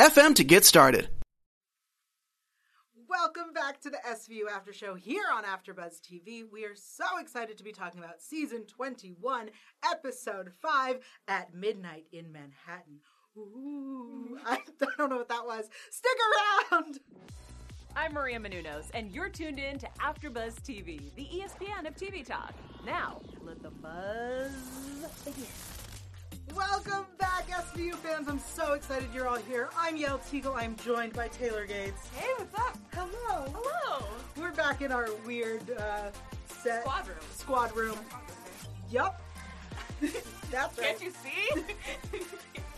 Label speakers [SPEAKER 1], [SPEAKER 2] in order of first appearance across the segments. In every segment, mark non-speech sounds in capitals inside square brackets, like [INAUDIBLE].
[SPEAKER 1] to get started.
[SPEAKER 2] Welcome back to the SVU After Show here on AfterBuzz TV. We are so excited to be talking about season 21, episode 5, at midnight in Manhattan. Ooh, [LAUGHS] I don't know what that was. Stick around!
[SPEAKER 3] I'm Maria Menounos, and you're tuned in to AfterBuzz TV, the E ESPN of TV talk. Now, let the buzz begin.
[SPEAKER 2] Welcome back, SVU fans. I'm so excited you're all here. I'm Yael Teagle. I'm joined by Taylor Gates.
[SPEAKER 3] Hey, what's up?
[SPEAKER 2] Hello.
[SPEAKER 3] Hello.
[SPEAKER 2] We're back in our weird uh, set.
[SPEAKER 3] Squad room.
[SPEAKER 2] Squad room. Yup. [LAUGHS] That's right.
[SPEAKER 3] Can't you see?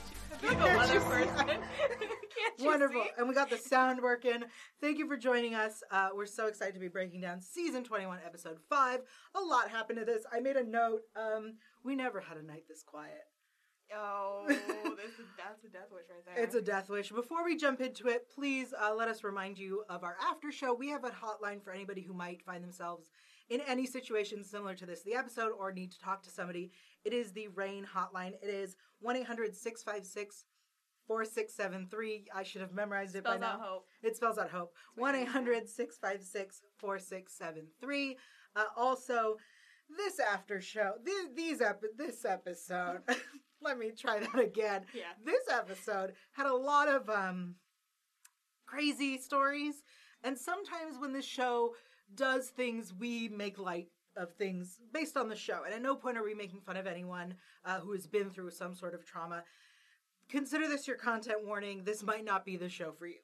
[SPEAKER 3] [LAUGHS] You're the
[SPEAKER 2] [LAUGHS] Can't you
[SPEAKER 3] weather
[SPEAKER 2] see?
[SPEAKER 3] person. [LAUGHS] Can't you
[SPEAKER 2] Wonderful.
[SPEAKER 3] see?
[SPEAKER 2] And we got the sound working. Thank you for joining us. Uh, we're so excited to be breaking down season 21, episode 5. A lot happened to this. I made a note. Um, we never had a night this quiet.
[SPEAKER 4] Oh, this is, that's a death wish right there.
[SPEAKER 2] It's a death wish. Before we jump into it, please uh, let us remind you of our after show. We have a hotline for anybody who might find themselves in any situation similar to this, the episode, or need to talk to somebody. It is the RAIN hotline. It is 1 800 656 4673. I should have memorized it by
[SPEAKER 4] Spells
[SPEAKER 2] now.
[SPEAKER 4] out hope.
[SPEAKER 2] It spells out hope. 1 800 656 4673. Uh, Also, this after show, these, these ep- this episode, [LAUGHS] let me try that again.
[SPEAKER 4] Yeah.
[SPEAKER 2] This episode had a lot of um, crazy stories. And sometimes when the show does things, we make light of things based on the show. And at no point are we making fun of anyone uh, who has been through some sort of trauma. Consider this your content warning. This might not be the show for you.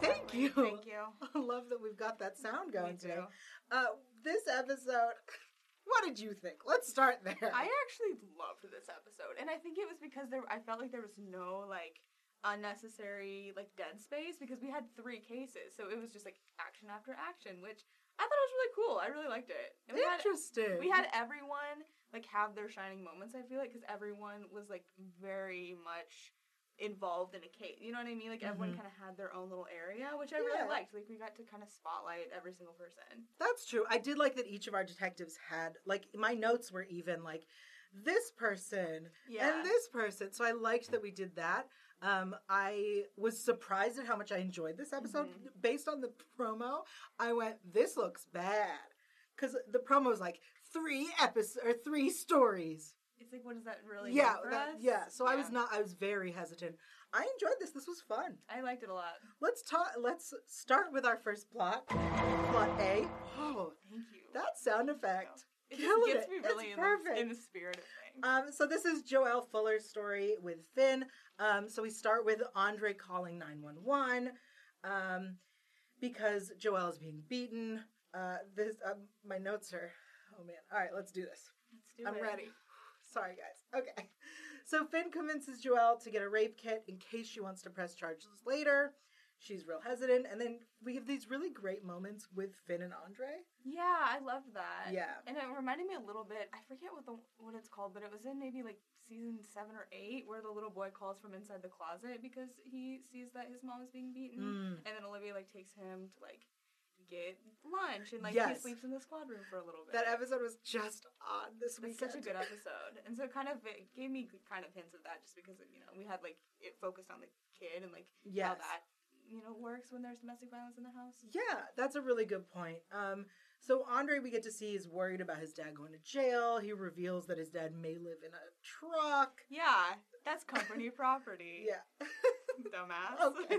[SPEAKER 2] Thank you.
[SPEAKER 4] Thank you.
[SPEAKER 2] [LAUGHS] I love that we've got that sound going
[SPEAKER 4] Me
[SPEAKER 2] today.
[SPEAKER 4] too.
[SPEAKER 2] Uh, this episode, [LAUGHS] what did you think? Let's start there.
[SPEAKER 4] I actually loved this episode, and I think it was because there. I felt like there was no like unnecessary like dead space because we had three cases, so it was just like action after action, which I thought was really cool. I really liked it. And we had
[SPEAKER 2] Interesting.
[SPEAKER 4] we had everyone like have their shining moments. I feel like because everyone was like very much involved in a case. You know what I mean? Like everyone kind of had their own little area, which I
[SPEAKER 2] Mm-hmm. Yeah.
[SPEAKER 4] really liked. Like we got to kind of spotlight every single person.
[SPEAKER 2] That's true. I did like that each of our detectives had like my notes were even like this person
[SPEAKER 4] Yeah.
[SPEAKER 2] and this person. So I liked that we did that. Um, I was surprised at how much I enjoyed this episode.
[SPEAKER 4] Mm-hmm.
[SPEAKER 2] Based on the promo, I went, "This looks bad," because the promo was like three episodes or three stories.
[SPEAKER 4] It's like, what does that really?
[SPEAKER 2] yeah,
[SPEAKER 4] mean for
[SPEAKER 2] that-
[SPEAKER 4] us?
[SPEAKER 2] yeah. So I was
[SPEAKER 4] Yeah.
[SPEAKER 2] not. I was very hesitant. I enjoyed this. This was fun.
[SPEAKER 4] I liked it a lot.
[SPEAKER 2] Let's talk. Let's start with our first plot. Plot A. Oh,
[SPEAKER 4] Thank you.
[SPEAKER 2] that sound effect. [LAUGHS]
[SPEAKER 4] it
[SPEAKER 2] killed
[SPEAKER 4] just gets
[SPEAKER 2] it.
[SPEAKER 4] me
[SPEAKER 2] It's
[SPEAKER 4] really in the,
[SPEAKER 2] perfect.
[SPEAKER 4] in the spirit of things.
[SPEAKER 2] Um, so this is Joelle Fuller's story with Finn. Um, so we start with Andre calling 911 um, because Joelle is being beaten. Uh, this um, my notes are. Oh man! All right, let's do this.
[SPEAKER 4] Let's do
[SPEAKER 2] I'm
[SPEAKER 4] it.
[SPEAKER 2] ready. Sorry, guys. Okay. So Finn convinces Joelle to get a rape kit in case she wants to press charges later. She's real hesitant, and then we have these really great moments with Finn and Andre.
[SPEAKER 4] Yeah, I loved that.
[SPEAKER 2] Yeah.
[SPEAKER 4] and it reminded me a little bit. I forget what the what it's called, but it was in maybe like season seven or eight, where the little boy calls from inside the closet because he sees that his mom is being beaten,
[SPEAKER 2] Mm.
[SPEAKER 4] and then Olivia like takes him to like get lunch, and like he
[SPEAKER 2] Yes.
[SPEAKER 4] sleeps in the squad room for a little bit.
[SPEAKER 2] That episode was just on this
[SPEAKER 4] It's
[SPEAKER 2] weekend.
[SPEAKER 4] such a
[SPEAKER 2] [LAUGHS]
[SPEAKER 4] good episode, and so it kind of it gave me kind of hints of that, just because you know we had like it focused on the kid and like how
[SPEAKER 2] Yes.
[SPEAKER 4] that you know works when there's domestic violence in the house.
[SPEAKER 2] Yeah, that's a really good point. Um, so Andre, we get to see, is worried about his dad going to jail. He reveals that his dad may live in a truck.
[SPEAKER 4] Yeah, that's company [LAUGHS] property.
[SPEAKER 2] Yeah.
[SPEAKER 4] [LAUGHS] dumbass.
[SPEAKER 2] Okay.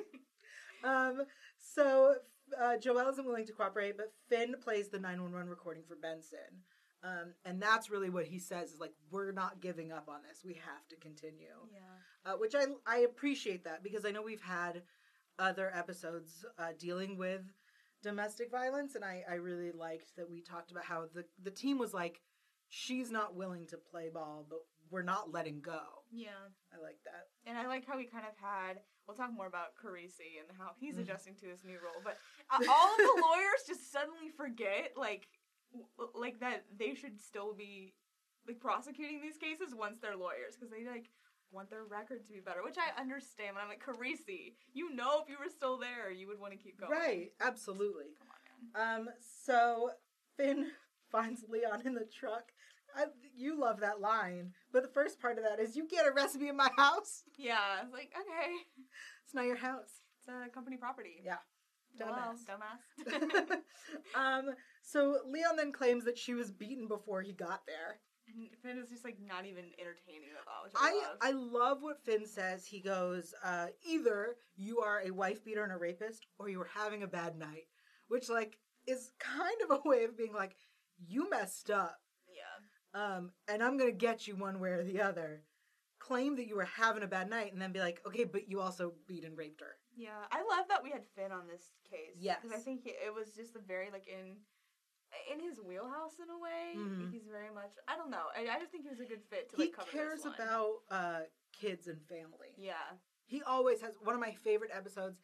[SPEAKER 2] Um, so uh, Joel isn't willing to cooperate, but Finn plays the 911 recording for Benson. Um, and that's really what he says is like, we're not giving up on this. We have to continue.
[SPEAKER 4] yeah.
[SPEAKER 2] uh, which I I appreciate that because I know we've had other episodes uh, dealing with domestic violence, and I I really liked that we talked about how the the team was like, she's not willing to play ball, but we're not letting go.
[SPEAKER 4] Yeah.
[SPEAKER 2] I like that.
[SPEAKER 4] And I like how he kind of had. We'll talk more about Carisi and how he's adjusting to his new role, but uh, all of [LAUGHS] the lawyers just suddenly forget, like, w- like that they should still be like prosecuting these cases once they're lawyers because they like want their record to be better, which I understand. But I'm like Carisi, you know, if you were still there, you would want to keep going,
[SPEAKER 2] Right, absolutely.
[SPEAKER 4] Come on, man.
[SPEAKER 2] Um, so Finn [LAUGHS] finds Leon in the truck. I, you love that line, but the first part of that is you get a recipe in my house.
[SPEAKER 4] Yeah, it's like okay,
[SPEAKER 2] It's not your house.
[SPEAKER 4] it's a company property.
[SPEAKER 2] Yeah.
[SPEAKER 4] Hello,
[SPEAKER 2] Dumbass.
[SPEAKER 4] dumbass.
[SPEAKER 2] [LAUGHS]
[SPEAKER 4] [LAUGHS]
[SPEAKER 2] um, so Leon then claims that she was beaten before he got there.
[SPEAKER 4] and Finn is just like not even entertaining at all. Which I,
[SPEAKER 2] I
[SPEAKER 4] love.
[SPEAKER 2] I love what Finn says. He goes, uh, either you are a wife beater and a rapist, or you were having a bad night, which like is kind of a way of being like, you messed up,
[SPEAKER 4] yeah.
[SPEAKER 2] um, and I'm gonna get you one way or the other. Claim that you were having a bad night, and then be like, okay, but you also beat and raped her.
[SPEAKER 4] Yeah, I love that we had Finn on this case.
[SPEAKER 2] Yes.
[SPEAKER 4] because I think it it was just the very like in in his wheelhouse in a way.
[SPEAKER 2] Mhm.
[SPEAKER 4] He's very much. I don't know. I, I just think he was a good fit to
[SPEAKER 2] He
[SPEAKER 4] like cover
[SPEAKER 2] cares
[SPEAKER 4] this one.
[SPEAKER 2] about uh, kids and family.
[SPEAKER 4] Yeah,
[SPEAKER 2] He always has one of my favorite episodes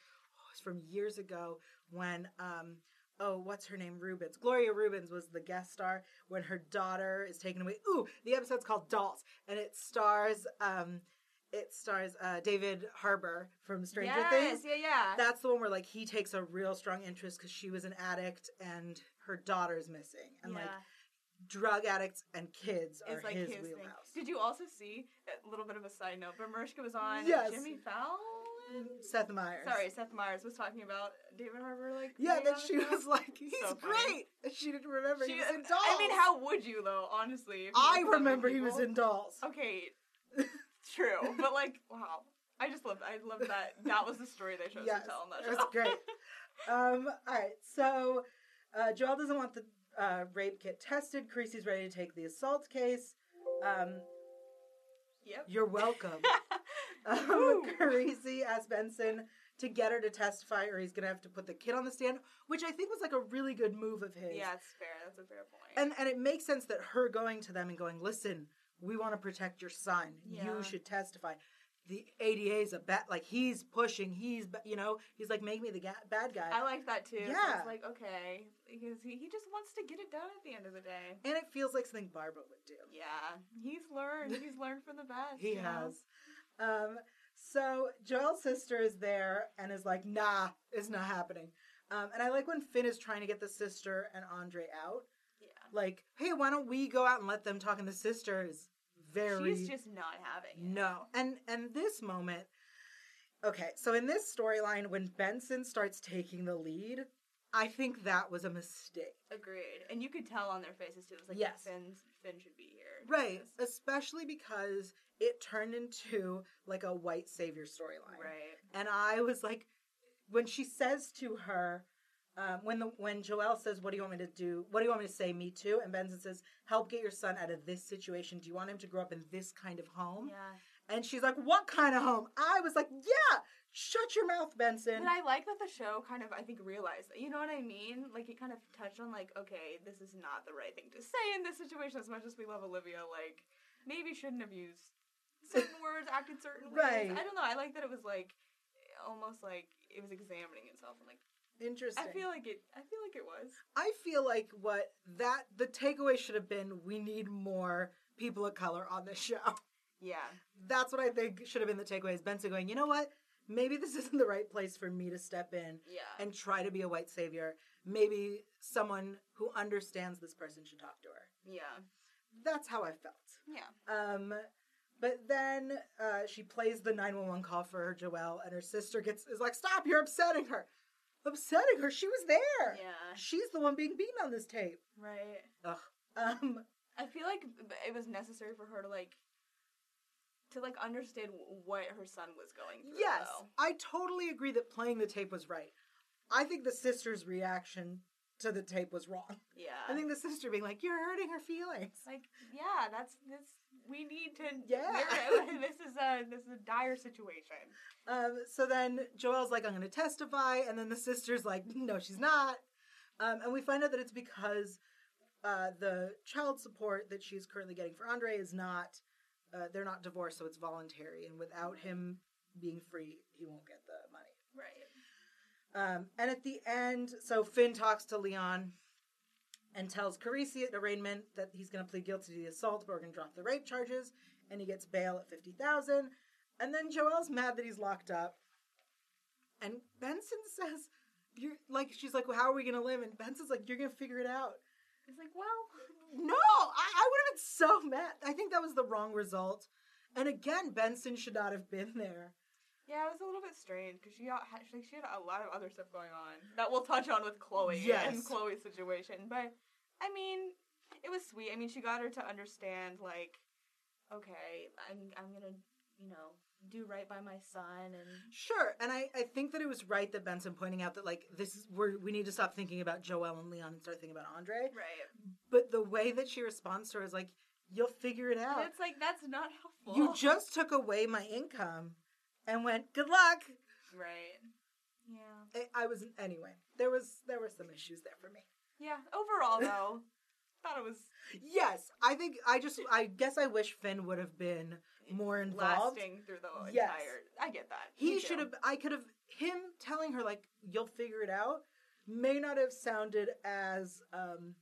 [SPEAKER 2] was from years ago when um oh what's her name Rubens Gloria Rubens was the guest star when her daughter is taken away. Ooh, the episode's called Dolls and it stars um it stars uh, David Harbour from Stranger
[SPEAKER 4] yes,
[SPEAKER 2] Things.
[SPEAKER 4] Yeah, yeah.
[SPEAKER 2] That's the one where like he takes a real strong interest because she was an addict and her daughter's missing and like
[SPEAKER 4] Yeah.
[SPEAKER 2] drug addicts and kids are
[SPEAKER 4] it's like
[SPEAKER 2] his,
[SPEAKER 4] his, thing.
[SPEAKER 2] wheelhouse.
[SPEAKER 4] Did you also see a little bit of a side note? But Mariska was on
[SPEAKER 2] Yes.
[SPEAKER 4] Jimmy Fallon.
[SPEAKER 2] Seth Meyers.
[SPEAKER 4] Sorry, Seth Myers was talking about David Harbour. Like
[SPEAKER 2] Yeah,
[SPEAKER 4] being
[SPEAKER 2] that
[SPEAKER 4] on the
[SPEAKER 2] she
[SPEAKER 4] show.
[SPEAKER 2] was like, he's
[SPEAKER 4] So funny.
[SPEAKER 2] great. And She didn't remember
[SPEAKER 4] [LAUGHS] She-
[SPEAKER 2] he was in dolls.
[SPEAKER 4] I mean, how would you though? Honestly, if you
[SPEAKER 2] I
[SPEAKER 4] looked at
[SPEAKER 2] remember
[SPEAKER 4] other
[SPEAKER 2] he was
[SPEAKER 4] people?
[SPEAKER 2] in dolls.
[SPEAKER 4] Okay,
[SPEAKER 2] [LAUGHS]
[SPEAKER 4] true, but like, wow, I just love, I love that. That was the story they chose
[SPEAKER 2] yes,
[SPEAKER 4] to tell in that
[SPEAKER 2] it was
[SPEAKER 4] show.
[SPEAKER 2] great. Um, all right, so uh, Joel doesn't want the uh, rape kit tested. Creasy's ready to take the assault case. Um,
[SPEAKER 4] [LAUGHS] Yep.
[SPEAKER 2] you're
[SPEAKER 4] [LAUGHS]
[SPEAKER 2] welcome. um,
[SPEAKER 4] Woo.
[SPEAKER 2] [LAUGHS] Creasy asks Benson to get her to testify, or he's gonna have to put the kid on the stand, which I think was like a really good move of his.
[SPEAKER 4] Yeah, it's fair. That's a fair point.
[SPEAKER 2] and and it makes sense that her going to them and going, listen, we want to protect your son.
[SPEAKER 4] Yeah.
[SPEAKER 2] You should testify. The ADA is a bad, like he's pushing. He's, ba- you know, he's like, make me the ga- bad guy.
[SPEAKER 4] I like that too. so
[SPEAKER 2] Yeah.
[SPEAKER 4] It's like okay, because he, he just wants to get it done at the end of the day.
[SPEAKER 2] and it feels like something Barbara would do.
[SPEAKER 4] Yeah, he's learned. He's learned from the best.
[SPEAKER 2] He
[SPEAKER 4] you know?
[SPEAKER 2] has. Um, so Joel's sister is there and is like, nah, it's not happening. Um, and I like when Finn is trying to get the sister and Andre out.
[SPEAKER 4] Yeah,
[SPEAKER 2] Like, hey, why don't we go out and let them talk? And the sister is very
[SPEAKER 4] she's just not having it.
[SPEAKER 2] No. And and this moment Okay, so in this storyline when Benson starts taking the lead, I think that was a mistake.
[SPEAKER 4] Agreed, and you could tell on their faces too. It was like
[SPEAKER 2] Yes.
[SPEAKER 4] Finn's, Finn should be here.
[SPEAKER 2] Right, especially because it turned into like a white savior storyline.
[SPEAKER 4] Right.
[SPEAKER 2] And I was like when she says to her um, when the when Joelle says, "What do you want me to do? What do you want me to say? Me too." And Benson says, "Help get your son out of this situation. Do you want him to grow up in this kind of home?"
[SPEAKER 4] Yeah.
[SPEAKER 2] And she's like, What kind of home? I was like, Yeah, shut your mouth, Benson.
[SPEAKER 4] But I like that the show kind of, I think, realized that. You know what I mean? Like, it kind of touched on, like, okay, this is not the right thing to say in this situation as much as we love Olivia. Like, maybe shouldn't have used certain
[SPEAKER 2] [LAUGHS]
[SPEAKER 4] words, acted certain
[SPEAKER 2] Right.
[SPEAKER 4] ways. I don't know. I like that it was, like, almost like it was examining itself. And, like,
[SPEAKER 2] Interesting.
[SPEAKER 4] I feel like it, I feel like it was.
[SPEAKER 2] I feel like what that the takeaway should have been we need more people of color on this show. [LAUGHS]
[SPEAKER 4] Yeah.
[SPEAKER 2] That's what I think should have been the takeaway is Benson going, you know what? Maybe this [LAUGHS] isn't the right place for me to step in
[SPEAKER 4] Yeah.
[SPEAKER 2] and try to be a white savior. Maybe someone who understands this person should talk to her.
[SPEAKER 4] yeah.
[SPEAKER 2] That's how I felt.
[SPEAKER 4] Yeah.
[SPEAKER 2] Um, but then uh, she plays the 911 call for her Joelle, and her sister gets is like, "Stop! You're upsetting her! Upsetting her! She was there.
[SPEAKER 4] Yeah.
[SPEAKER 2] She's the one being beaten on this tape."
[SPEAKER 4] Right.
[SPEAKER 2] Ugh. Um,
[SPEAKER 4] I feel like b- it was necessary for her to, like, to, like, understand w- what her son was going through.
[SPEAKER 2] yes,
[SPEAKER 4] though.
[SPEAKER 2] I totally agree that playing the tape was right. I think the sister's reaction to the tape was wrong.
[SPEAKER 4] Yeah.
[SPEAKER 2] I think the sister being like, "You're hurting her feelings."
[SPEAKER 4] It's like, yeah, that's this. We need to.
[SPEAKER 2] Yeah.
[SPEAKER 4] narrow- [LAUGHS] this is a this is a dire situation.
[SPEAKER 2] Um, so then Joel's like, I'm going to testify. And then the sister's like, no, she's not. Um, and we find out that it's because uh, the child support that she's currently getting for Andre is not uh, they're not divorced, so it's voluntary. And without him being free, he won't get the money.
[SPEAKER 4] Right.
[SPEAKER 2] Um, and at the end, so Finn talks to Leon and tells Carisi at arraignment that he's going to plead guilty to the assault, but we're going to drop the rape charges, and he gets bail at fifty thousand. And then Joel's mad that he's locked up, and Benson says, "You're like," she's like, well, "How are we going to live?" And Benson's like, "You're going to figure it out."
[SPEAKER 4] It's like, well,
[SPEAKER 2] No, I, I would have been so mad. I think that was the wrong result. And again, Benson should not have been there.
[SPEAKER 4] Yeah, it was a little bit strange because she got, ha- she, she had a lot of other stuff going on that we'll touch on with Chloe and
[SPEAKER 2] Yes.
[SPEAKER 4] Chloe's situation. But I mean, it was sweet. I mean, she got her to understand like, okay, I'm I'm gonna you know do right by my son and
[SPEAKER 2] Sure, and I, I think that it was right that Benson pointing out that like this is we're, we need to stop thinking about Joel and Leon and start thinking about Andre.
[SPEAKER 4] right.
[SPEAKER 2] But the way that she responds to her is like, "You'll figure it out.
[SPEAKER 4] And it's like that's not helpful.
[SPEAKER 2] You just took away my income, and went good luck."
[SPEAKER 4] right. Yeah.
[SPEAKER 2] I, I was anyway. There was there were some issues there for me.
[SPEAKER 4] Yeah.
[SPEAKER 2] [LAUGHS]
[SPEAKER 4] Overall, though, thought it was
[SPEAKER 2] Yes, I think I just I guess I wish Finn would have been more involved.
[SPEAKER 4] lasting through the entire.
[SPEAKER 2] Yes.
[SPEAKER 4] I get that.
[SPEAKER 2] he
[SPEAKER 4] Me too.
[SPEAKER 2] should have i could have him telling her like you'll figure it out may not have sounded as um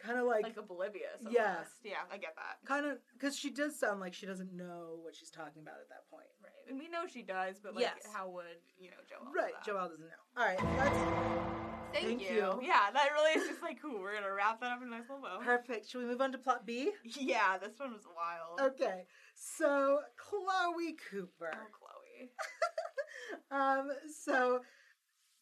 [SPEAKER 2] kind of like,
[SPEAKER 4] like oblivious.
[SPEAKER 2] Yeah.
[SPEAKER 4] Yeah. Yeah. I get that.
[SPEAKER 2] kind of because she does sound like she doesn't know what she's talking about at that point
[SPEAKER 4] Right. And we know she does, but like,
[SPEAKER 2] Yes.
[SPEAKER 4] how would you know Joel? know
[SPEAKER 2] right
[SPEAKER 4] that?
[SPEAKER 2] joelle doesn't know all right that's
[SPEAKER 4] Thank,
[SPEAKER 2] Thank
[SPEAKER 4] you.
[SPEAKER 2] you.
[SPEAKER 4] Yeah, that really is just like, cool. We're gonna wrap that up in a nice little bow.
[SPEAKER 2] perfect should we move on to plot b
[SPEAKER 4] Yeah, this one was wild.
[SPEAKER 2] okay so chloe
[SPEAKER 4] Oh,
[SPEAKER 2] cooper
[SPEAKER 4] Chloe.
[SPEAKER 2] um so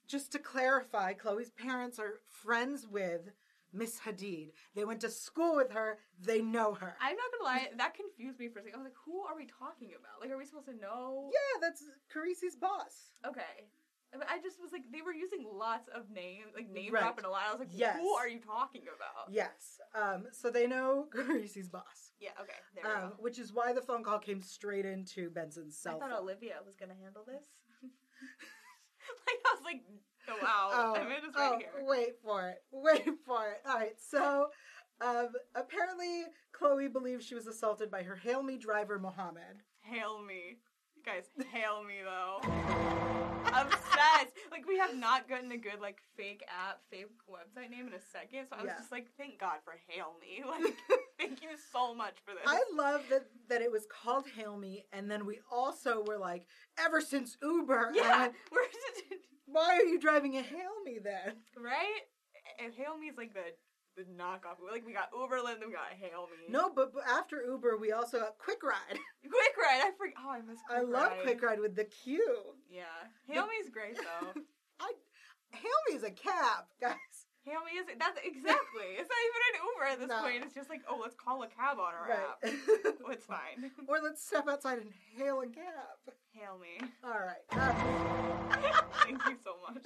[SPEAKER 2] just to clarify chloe's parents are friends with miss hadid they went to school with her they know her
[SPEAKER 4] I'm not gonna lie, that confused me for a second. I was like, who are we talking about? Like, are we supposed to know?
[SPEAKER 2] yeah that's carisi's boss
[SPEAKER 4] Okay. I mean, I just was like, they were using lots of names, like name
[SPEAKER 2] Right.
[SPEAKER 4] dropping a lot. I was like,
[SPEAKER 2] Yes.
[SPEAKER 4] who are you talking about?
[SPEAKER 2] Yes. Um, so they know [LAUGHS] Carisi's boss,
[SPEAKER 4] Yeah, okay. There we
[SPEAKER 2] um,
[SPEAKER 4] go.
[SPEAKER 2] which is why the phone call came straight into Benson's
[SPEAKER 4] I
[SPEAKER 2] cell
[SPEAKER 4] thought
[SPEAKER 2] phone.
[SPEAKER 4] Olivia was gonna handle this. [LAUGHS] like, I was like,
[SPEAKER 2] [LAUGHS]
[SPEAKER 4] oh, wow. [LAUGHS] I mean, it's right
[SPEAKER 2] oh,
[SPEAKER 4] here.
[SPEAKER 2] Wait for it. [LAUGHS] Wait for it. All right. So um, apparently, Chloe believes she was assaulted by her Hail Me driver, Mohammed.
[SPEAKER 4] Hail me. You guys, hail me though. Obsessed. Like we have not gotten a good like fake app, fake website name in a second. So I was
[SPEAKER 2] Yeah.
[SPEAKER 4] just like, thank God for hail me. [LAUGHS] Like, thank you so much for this.
[SPEAKER 2] I love that, that it was called Hail Me, and then we also were like, ever since Uber. and I
[SPEAKER 4] yeah,
[SPEAKER 2] went,
[SPEAKER 4] [LAUGHS] we're just-
[SPEAKER 2] why are you driving a Hail Me then?
[SPEAKER 4] right. And hail me is like the the knockoff. Like we got Uberland, then we got hail me.
[SPEAKER 2] No, but, but after Uber, we also got Quick Ride.
[SPEAKER 4] quick ride. I forgot. Oh, I miss. Quick
[SPEAKER 2] I love
[SPEAKER 4] Ride.
[SPEAKER 2] Quick Ride with the Q.
[SPEAKER 4] Yeah, hail me's
[SPEAKER 2] [LAUGHS]
[SPEAKER 4] great though.
[SPEAKER 2] I hail me as a cab, [LAUGHS] guys.
[SPEAKER 4] hail me is that's exactly. It's not even an Uber at this
[SPEAKER 2] No.
[SPEAKER 4] point. It's just like, oh, let's call a cab on our app. Oh, [LAUGHS] it's fine.
[SPEAKER 2] [LAUGHS] or let's step outside and hail a cab.
[SPEAKER 4] Hail me.
[SPEAKER 2] All right. [LAUGHS] Uh,
[SPEAKER 4] Thank you so much.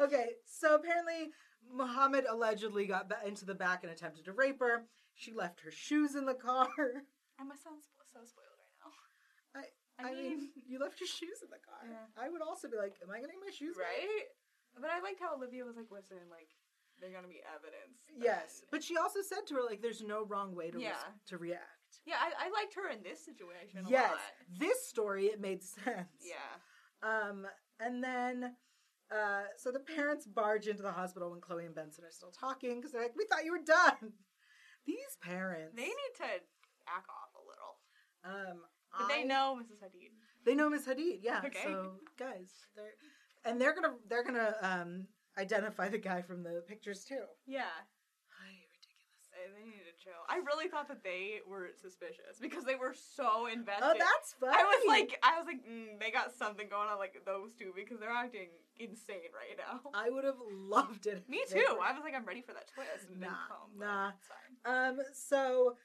[SPEAKER 2] okay. So apparently, Muhammad allegedly got ba- into the back and attempted to rape her. She left her shoes in the car.
[SPEAKER 4] [LAUGHS] I must sound spo- so spoiled right now.
[SPEAKER 2] I-
[SPEAKER 4] I, mean,
[SPEAKER 2] you left your shoes in the car.
[SPEAKER 4] Yeah.
[SPEAKER 2] I would also be like, am I getting my shoes back?"
[SPEAKER 4] right? But I liked how Olivia was like, listen, like, there's gonna be evidence. that-"
[SPEAKER 2] Yes, but she also said to her like, "There's no wrong way to res-
[SPEAKER 4] Yeah.
[SPEAKER 2] to react."
[SPEAKER 4] Yeah, I, I liked her in this situation a
[SPEAKER 2] yes,
[SPEAKER 4] lot.
[SPEAKER 2] this story it made sense.
[SPEAKER 4] Yeah.
[SPEAKER 2] Um, and then, uh, so the parents barge into the hospital when Chloe and Benson are still talking because they're like, "We thought you were done." [LAUGHS] These parents,
[SPEAKER 4] They need to back off a little.
[SPEAKER 2] um,
[SPEAKER 4] But
[SPEAKER 2] I-
[SPEAKER 4] they know Mrs. Hadid.
[SPEAKER 2] they know Miss Hadid, yeah.
[SPEAKER 4] Okay.
[SPEAKER 2] So guys, they're and they're gonna they're gonna um identify the guy from the pictures too.
[SPEAKER 4] Yeah. They they need to chill. I really thought that they were suspicious because they were so invested.
[SPEAKER 2] Oh, that's funny.
[SPEAKER 4] I was like, I was like, mm, they got something going on, like those two, because they're acting insane right now.
[SPEAKER 2] I would have loved it. if
[SPEAKER 4] Me
[SPEAKER 2] they
[SPEAKER 4] too.
[SPEAKER 2] were.
[SPEAKER 4] I was like, I'm ready for that twist. And it didn't
[SPEAKER 2] Nah,
[SPEAKER 4] come, but
[SPEAKER 2] nah.
[SPEAKER 4] It's fine. [LAUGHS]
[SPEAKER 2] Um, so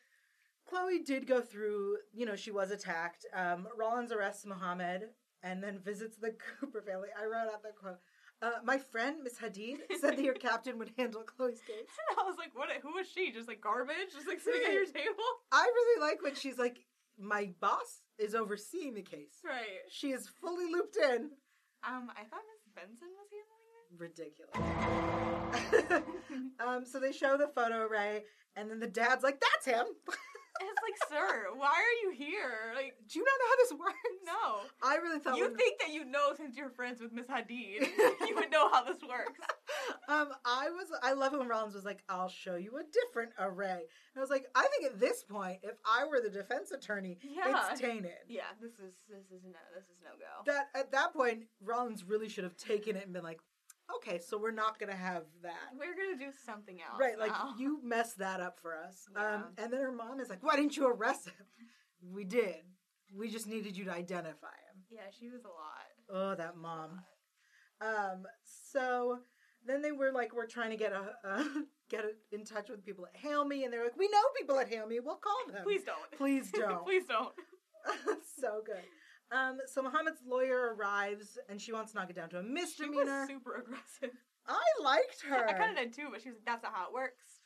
[SPEAKER 2] Chloe did go through, you know, she was attacked. Um, Rollins arrests Mohammed and then visits the [LAUGHS] Cooper family. I wrote out the quote. Uh, my friend, Miss Hadid, said
[SPEAKER 4] [LAUGHS]
[SPEAKER 2] that your captain would handle Chloe's case.
[SPEAKER 4] I was like, what? Who is she? Just like garbage? Just like sitting at your table?
[SPEAKER 2] I really like when she's like, my boss is overseeing the case.
[SPEAKER 4] [LAUGHS] Right.
[SPEAKER 2] She is fully looped in.
[SPEAKER 4] Um, I thought Miss Benson was handling this. [LAUGHS]
[SPEAKER 2] Ridiculous. um, so they show the photo array, and then the dad's like, that's him. [LAUGHS]
[SPEAKER 4] it's like, sir, why are you here? Like,
[SPEAKER 2] Do you not know how this works?
[SPEAKER 4] no.
[SPEAKER 2] I really thought
[SPEAKER 4] You
[SPEAKER 2] when-
[SPEAKER 4] think that you know since you're friends with Miss Hadid, [LAUGHS] you would know how this works.
[SPEAKER 2] um, I was I love it when Rollins was like, "I'll show you a different array," and I was like, "I think at this point, if I were the defense attorney,
[SPEAKER 4] Yeah.
[SPEAKER 2] it's tainted."
[SPEAKER 4] [LAUGHS] Yeah, this is this is no this is no go.
[SPEAKER 2] That at that point, Rollins really should have taken it and been like, "Okay, so we're not gonna have that."
[SPEAKER 4] We're gonna do something else.
[SPEAKER 2] Right, like
[SPEAKER 4] now.
[SPEAKER 2] you messed that up for us. Um,
[SPEAKER 4] Oh, Yeah.
[SPEAKER 2] and then her mom is like, "Why didn't you arrest him?" We did. We just needed you to identify him.
[SPEAKER 4] Yeah, she was a lot.
[SPEAKER 2] Oh, that mom. Um, so then they were like, we're trying to get a [LAUGHS] uh, get in touch with people at Hail Me, and they're like, we know people at Hail Me. We'll call them.
[SPEAKER 4] Please don't.
[SPEAKER 2] please don't. [LAUGHS]
[SPEAKER 4] [LAUGHS] Please don't.
[SPEAKER 2] so good. Um, so Muhammad's lawyer arrives, and she wants to knock it down to a
[SPEAKER 4] She was
[SPEAKER 2] misdemeanor.
[SPEAKER 4] super aggressive.
[SPEAKER 2] I liked her.
[SPEAKER 4] I kind of did too, but she was like, "That's not how it works.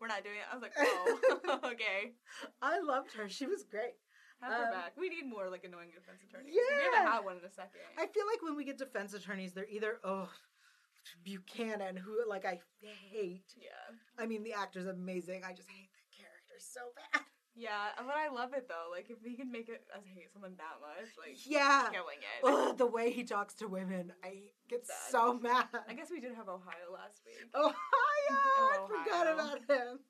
[SPEAKER 4] We're not doing it." I was like,
[SPEAKER 2] [LAUGHS]
[SPEAKER 4] "Oh, [LAUGHS] okay."
[SPEAKER 2] I loved her. She was great.
[SPEAKER 4] Have her
[SPEAKER 2] Um,
[SPEAKER 4] back. We need more like annoying defense attorneys. We
[SPEAKER 2] Yeah.
[SPEAKER 4] haven't had one in a second.
[SPEAKER 2] I feel like when we get defense attorneys, they're either oh Buchanan, who like I hate.
[SPEAKER 4] yeah.
[SPEAKER 2] I mean, the actor's amazing. I just hate that character so bad.
[SPEAKER 4] Yeah, uh, but I love it though. Like if we can make it us hate someone that much, like
[SPEAKER 2] Yeah.
[SPEAKER 4] killing it.
[SPEAKER 2] Ugh, [LAUGHS] the way he talks to women, I get
[SPEAKER 4] Sad.
[SPEAKER 2] so mad. [LAUGHS]
[SPEAKER 4] I guess we did have Ohio last week.
[SPEAKER 2] Ohio, I uh,
[SPEAKER 4] Ohio.
[SPEAKER 2] forgot about him. [LAUGHS]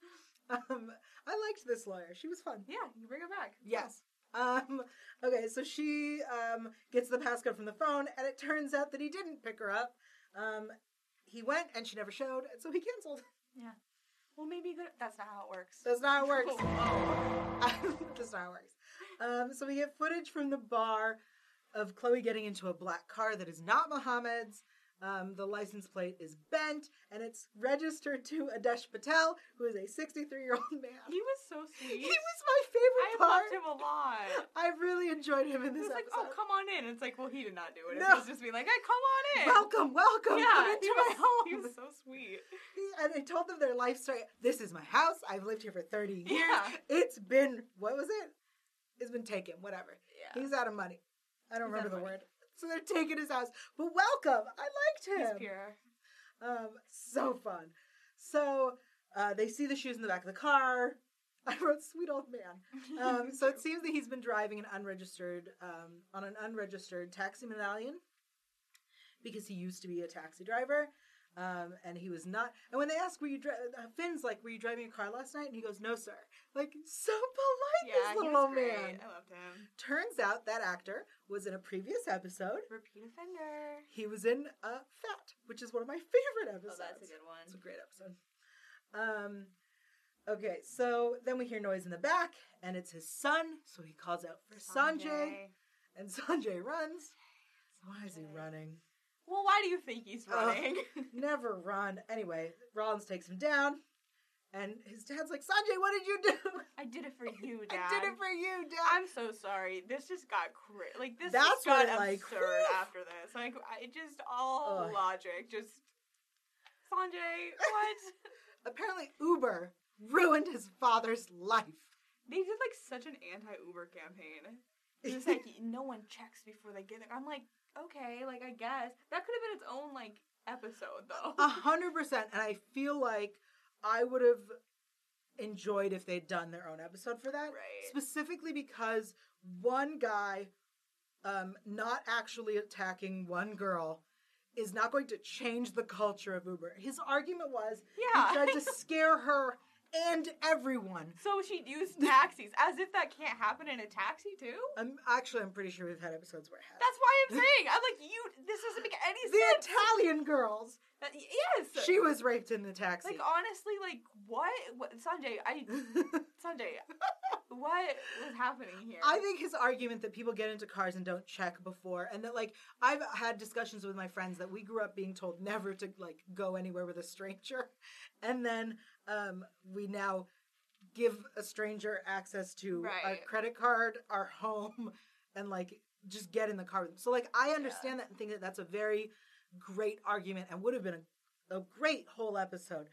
[SPEAKER 2] Um, I liked this lawyer. She was fun.
[SPEAKER 4] Yeah, you bring her back.
[SPEAKER 2] Yes. Um, okay, so she um, gets the passcode from the phone, and it turns out that he didn't pick her up. Um, he went, and she never showed, and so he canceled.
[SPEAKER 4] Well, maybe that, that's not how it works.
[SPEAKER 2] That's not how it works.
[SPEAKER 4] [LAUGHS] Oh.
[SPEAKER 2] [LAUGHS] That's not how it works. Um, so we get footage from the bar of Chloe getting into a black car that is not Mohammed's. Um, the license plate is bent and it's registered to Adesh Patel, who is a 63 year old [LAUGHS] man.
[SPEAKER 4] He was so
[SPEAKER 2] He
[SPEAKER 4] sweet.
[SPEAKER 2] was my favorite
[SPEAKER 4] I
[SPEAKER 2] part.
[SPEAKER 4] loved him a lot.
[SPEAKER 2] I really enjoyed him in
[SPEAKER 4] He
[SPEAKER 2] this
[SPEAKER 4] was like, "Oh,
[SPEAKER 2] episode.
[SPEAKER 4] come on in." It's like, well, he did not do it.
[SPEAKER 2] No.
[SPEAKER 4] It was just me like, "Hey, come on in."
[SPEAKER 2] Welcome, welcome.
[SPEAKER 4] yeah,
[SPEAKER 2] Come into
[SPEAKER 4] he
[SPEAKER 2] my
[SPEAKER 4] was-
[SPEAKER 2] home.
[SPEAKER 4] He was so sweet.
[SPEAKER 2] He- and I told them their life story. This is my house. I've lived here for 30 years.
[SPEAKER 4] Yeah.
[SPEAKER 2] It's been, what was it? It's been taken, whatever.
[SPEAKER 4] Yeah,
[SPEAKER 2] He's out of money. I don't
[SPEAKER 4] He's
[SPEAKER 2] remember
[SPEAKER 4] out of
[SPEAKER 2] the
[SPEAKER 4] money.
[SPEAKER 2] word. So they're taking his house. But welcome. I
[SPEAKER 4] he's
[SPEAKER 2] liked him.
[SPEAKER 4] pure.
[SPEAKER 2] Um, so fun. So uh, they see the shoes in the back of the car. [LAUGHS] I wrote sweet old man.
[SPEAKER 4] [LAUGHS]
[SPEAKER 2] Um, so it seems that he's been driving an unregistered um, on an unregistered taxi medallion because he used to be a taxi driver. Um, and he was not. And when they ask, "Were you dri-, uh, Finn's like, were you driving a car last night?" and he goes, "No, sir." Like so polite,
[SPEAKER 4] yeah,
[SPEAKER 2] this
[SPEAKER 4] he
[SPEAKER 2] little
[SPEAKER 4] was great.
[SPEAKER 2] man.
[SPEAKER 4] I loved him.
[SPEAKER 2] Turns out that actor was in a previous episode.
[SPEAKER 4] Repeat offender.
[SPEAKER 2] He was in uh, Fat, which is one of my [LAUGHS] favorite
[SPEAKER 4] Oh,
[SPEAKER 2] episodes.
[SPEAKER 4] that's a good one.
[SPEAKER 2] It's a great episode. Um, okay, so then we hear noise in the back, and it's his son. So he calls out for Sanjay, and Sanjay runs. Why is he
[SPEAKER 4] Sanjay.
[SPEAKER 2] running?
[SPEAKER 4] Well, why do you think he's
[SPEAKER 2] Oh.
[SPEAKER 4] running?
[SPEAKER 2] [LAUGHS] Never run. Anyway, Rollins takes him down, and his dad's like, "Sanjay, what did you do? [LAUGHS]
[SPEAKER 4] I did it for you, Dad.
[SPEAKER 2] I did it for you, Dad."
[SPEAKER 4] I'm so sorry. This just got cra- like this
[SPEAKER 2] That's
[SPEAKER 4] just got
[SPEAKER 2] what, like,
[SPEAKER 4] absurd
[SPEAKER 2] whew.
[SPEAKER 4] after this. Like I it just all
[SPEAKER 2] Ugh.
[SPEAKER 4] logic just Sanjay, what?
[SPEAKER 2] [LAUGHS] Apparently, Uber ruined his father's life.
[SPEAKER 4] they did like such an
[SPEAKER 2] [LAUGHS]
[SPEAKER 4] anti-Uber campaign. It's like no one checks before they get there. I'm like, okay, like I guess that could have been its own like episode though.
[SPEAKER 2] A hundred percent. And I feel like I would have enjoyed if they'd done their own episode for that.
[SPEAKER 4] Right.
[SPEAKER 2] Specifically because one guy um not actually attacking one girl is not going to change the culture of Uber. His argument was he
[SPEAKER 4] [LAUGHS] yeah.
[SPEAKER 2] tried to scare her and everyone.
[SPEAKER 4] [LAUGHS] so she used taxis as if that can't happen in a taxi too.
[SPEAKER 2] I'm Um, actually I'm pretty sure we've had episodes where it has.
[SPEAKER 4] That's why
[SPEAKER 2] [LAUGHS]
[SPEAKER 4] I'm saying I'm like you. This doesn't make any
[SPEAKER 2] the
[SPEAKER 4] sense.
[SPEAKER 2] Italian girls.
[SPEAKER 4] That- yes.
[SPEAKER 2] She was raped in the taxi. [LAUGHS]
[SPEAKER 4] Like honestly, like what? what Sanjay, I Sanjay, what was happening here?
[SPEAKER 2] I think his argument that people get into cars and don't check before, and that like I've had discussions with my friends that we grew up being told never to like go anywhere with a stranger, [LAUGHS] and then um, we now give a stranger access to our
[SPEAKER 4] Right.
[SPEAKER 2] credit card, our home, and like just get in the car with them. So like I understand that and think that that's a very great argument and would have been a, a great whole episode.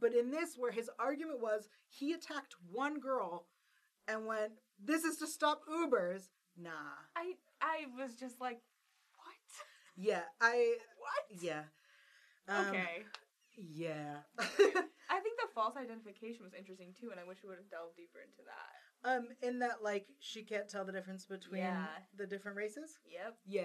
[SPEAKER 2] But in this, where his argument was he attacked one girl and went, This is to stop Ubers. Nah.
[SPEAKER 4] I I was just like, what?
[SPEAKER 2] Yeah, I.
[SPEAKER 4] What?
[SPEAKER 2] Yeah. Um,
[SPEAKER 4] okay.
[SPEAKER 2] Yeah. [LAUGHS]
[SPEAKER 4] I think the false identification was interesting too, and I wish we would have delved deeper into that.
[SPEAKER 2] Um, in that like she can't tell the difference between
[SPEAKER 4] Yeah.
[SPEAKER 2] the different races.
[SPEAKER 4] Yep.
[SPEAKER 2] Yeah,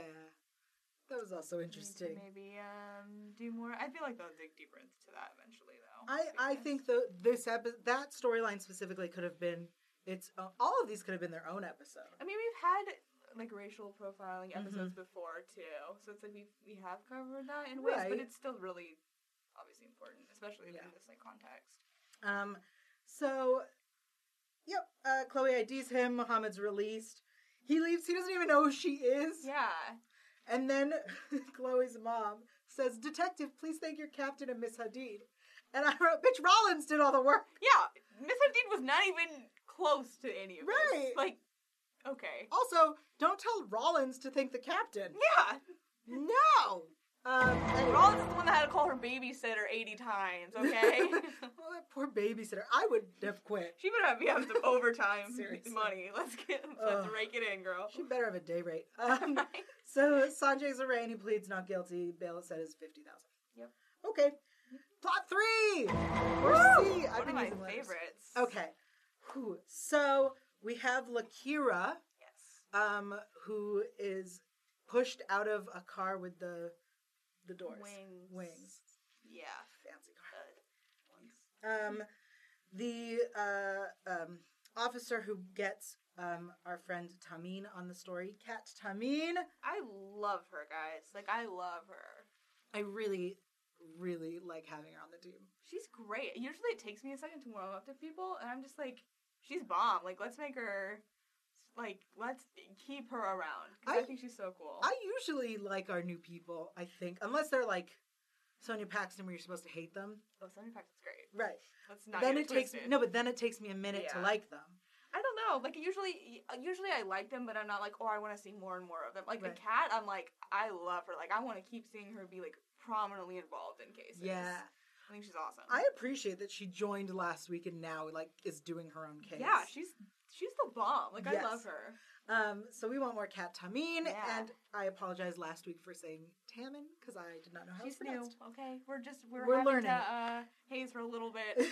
[SPEAKER 2] that was also
[SPEAKER 4] Need to
[SPEAKER 2] interesting.
[SPEAKER 4] Maybe um do more. I feel like they'll dig deeper into that eventually, though.
[SPEAKER 2] I
[SPEAKER 4] to be
[SPEAKER 2] I
[SPEAKER 4] honest.
[SPEAKER 2] think the this epi- that storyline specifically could have been its uh, all of these could have been their own episode.
[SPEAKER 4] I mean, we've had like racial profiling
[SPEAKER 2] Mm-hmm.
[SPEAKER 4] episodes before too, so it's like we we have covered that in ways,
[SPEAKER 2] Right.
[SPEAKER 4] but it's still really obviously important, especially
[SPEAKER 2] Yeah.
[SPEAKER 4] in this like context.
[SPEAKER 2] Um, so yep, uh, Chloe IDs him. Muhammad's released. He leaves. He doesn't even know who she is.
[SPEAKER 4] Yeah,
[SPEAKER 2] And then [LAUGHS] Chloe's mom says, "Detective, please thank your captain and Miss Hadid." And I wrote, "Bitch, Rollins did all the work."
[SPEAKER 4] yeah. Miss Hadid was not even close to any of
[SPEAKER 2] Right. Oh.
[SPEAKER 4] this. Like, okay,
[SPEAKER 2] Also, don't tell Rollins to thank the captain.
[SPEAKER 4] yeah.
[SPEAKER 2] No. Um, anyway.
[SPEAKER 4] Rollins is the one that had to call her babysitter eighty times. Okay,
[SPEAKER 2] [LAUGHS] well, that poor babysitter. I would have quit.
[SPEAKER 4] she better be having some overtime
[SPEAKER 2] Seriously.
[SPEAKER 4] money. Let's get let's
[SPEAKER 2] Ugh.
[SPEAKER 4] rake it in, girl.
[SPEAKER 2] She [LAUGHS] better have a day rate. Um, so Sanjay Zarain, he pleads not guilty. Bail is set is fifty thousand.
[SPEAKER 4] Yep. Mm-hmm.
[SPEAKER 2] Okay. Plot three. Or C. I've
[SPEAKER 4] One of
[SPEAKER 2] been
[SPEAKER 4] my
[SPEAKER 2] using letters.
[SPEAKER 4] favorites.
[SPEAKER 2] Okay. Whew. So we have Lakira,
[SPEAKER 4] Yes.
[SPEAKER 2] um, who is pushed out of a car with the the doors.
[SPEAKER 4] Wings.
[SPEAKER 2] Wings.
[SPEAKER 4] Yeah.
[SPEAKER 2] Fancy car.
[SPEAKER 4] Good. Ones.
[SPEAKER 2] Um, the uh, um, officer who gets um, our friend Tamin on the story, Kat Tamin,
[SPEAKER 4] I love her, guys. Like I love her.
[SPEAKER 2] I really, really like having her on the team.
[SPEAKER 4] She's great. Usually it takes me a second to warm up to people, and I'm just like, she's bomb. Like let's make her, like let's keep her around. 'Cause I,
[SPEAKER 2] I-
[SPEAKER 4] think she's so cool.
[SPEAKER 2] I usually like our new people, I think, unless they're like Sonia Paxton, where you're supposed to hate them.
[SPEAKER 4] oh, Sonya Paxton's great.
[SPEAKER 2] Right.
[SPEAKER 4] Let's not.
[SPEAKER 2] then
[SPEAKER 4] get
[SPEAKER 2] it takes me,
[SPEAKER 4] twisted.
[SPEAKER 2] no, but then it takes me a minute to
[SPEAKER 4] Yeah.
[SPEAKER 2] like them.
[SPEAKER 4] I don't know. Like usually, uh, usually I like them, but I'm not like, oh, I want to see more and more of them. Like
[SPEAKER 2] Right.
[SPEAKER 4] the cat, I'm like, I love her. Like I want to keep seeing her be like prominently involved in cases.
[SPEAKER 2] Yeah,
[SPEAKER 4] I think she's awesome.
[SPEAKER 2] I appreciate that she joined last week and now like is doing her own case.
[SPEAKER 4] Yeah, she's she's the bomb. Like
[SPEAKER 2] Yes.
[SPEAKER 4] I love her.
[SPEAKER 2] Um, so we want more Kat Tamin,
[SPEAKER 4] Yeah.
[SPEAKER 2] and I apologize last week for saying Tamin because I did not know how
[SPEAKER 4] She's
[SPEAKER 2] it's
[SPEAKER 4] new.
[SPEAKER 2] pronounced.
[SPEAKER 4] Okay, we're just we're,
[SPEAKER 2] We're
[SPEAKER 4] having
[SPEAKER 2] learning.
[SPEAKER 4] to uh, haze her a little bit.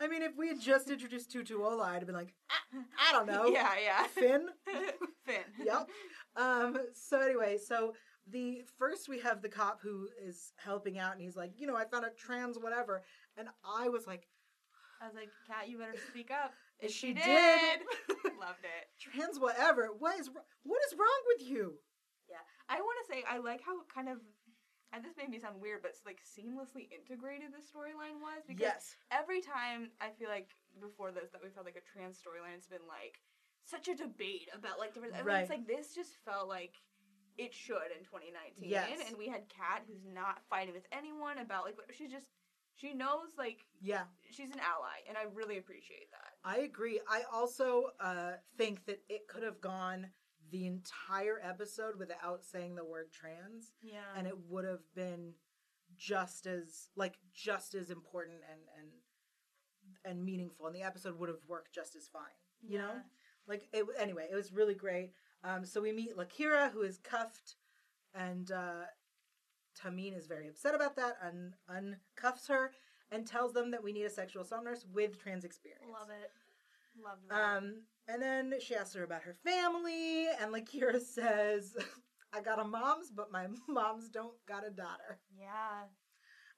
[SPEAKER 2] I mean, if we had just introduced Tutuola, I'd have been like, [LAUGHS] I don't know,
[SPEAKER 4] [LAUGHS] Yeah, yeah.
[SPEAKER 2] Finn.
[SPEAKER 4] [LAUGHS] Finn.
[SPEAKER 2] yep. Um, so anyway, so the first we have the cop who is helping out, and he's like, you know, I found a trans whatever, and I was like,
[SPEAKER 4] I was like, Kat, you better speak up. And
[SPEAKER 2] she did.
[SPEAKER 4] [LAUGHS] Loved it.
[SPEAKER 2] trans whatever. What is wr- what is wrong with you?
[SPEAKER 4] I want to say I like how kind of. And this may be sound weird, but it's like seamlessly integrated the storyline was because
[SPEAKER 2] yes.
[SPEAKER 4] every time I feel like before this that we've had like a trans storyline, it's been like such a debate about like the I mean,
[SPEAKER 2] Right.
[SPEAKER 4] it's like this just felt like it should in 2019.
[SPEAKER 2] Yes.
[SPEAKER 4] And we had Kat who's not fighting with anyone about like what- she's just she knows like
[SPEAKER 2] Yeah,
[SPEAKER 4] she's an ally and I really appreciate that.
[SPEAKER 2] I agree. I also uh, think that it could have gone the entire episode without saying the word trans,
[SPEAKER 4] Yeah.
[SPEAKER 2] and it would have been just as like just as important and and and meaningful, and the episode would have worked just as fine. You know,
[SPEAKER 4] Yeah.
[SPEAKER 2] like it, anyway, it was really great. Um, so we meet Lakira, who is cuffed, and uh, Tamin is very upset about that and uncuffs her and tells them that we need a sexual assault nurse with trans experience.
[SPEAKER 4] love it. Love that.
[SPEAKER 2] Um, and then she asks her about her family, and Lakira says, [LAUGHS] I got a mom's, but my [LAUGHS] mom's don't got a daughter.
[SPEAKER 4] yeah.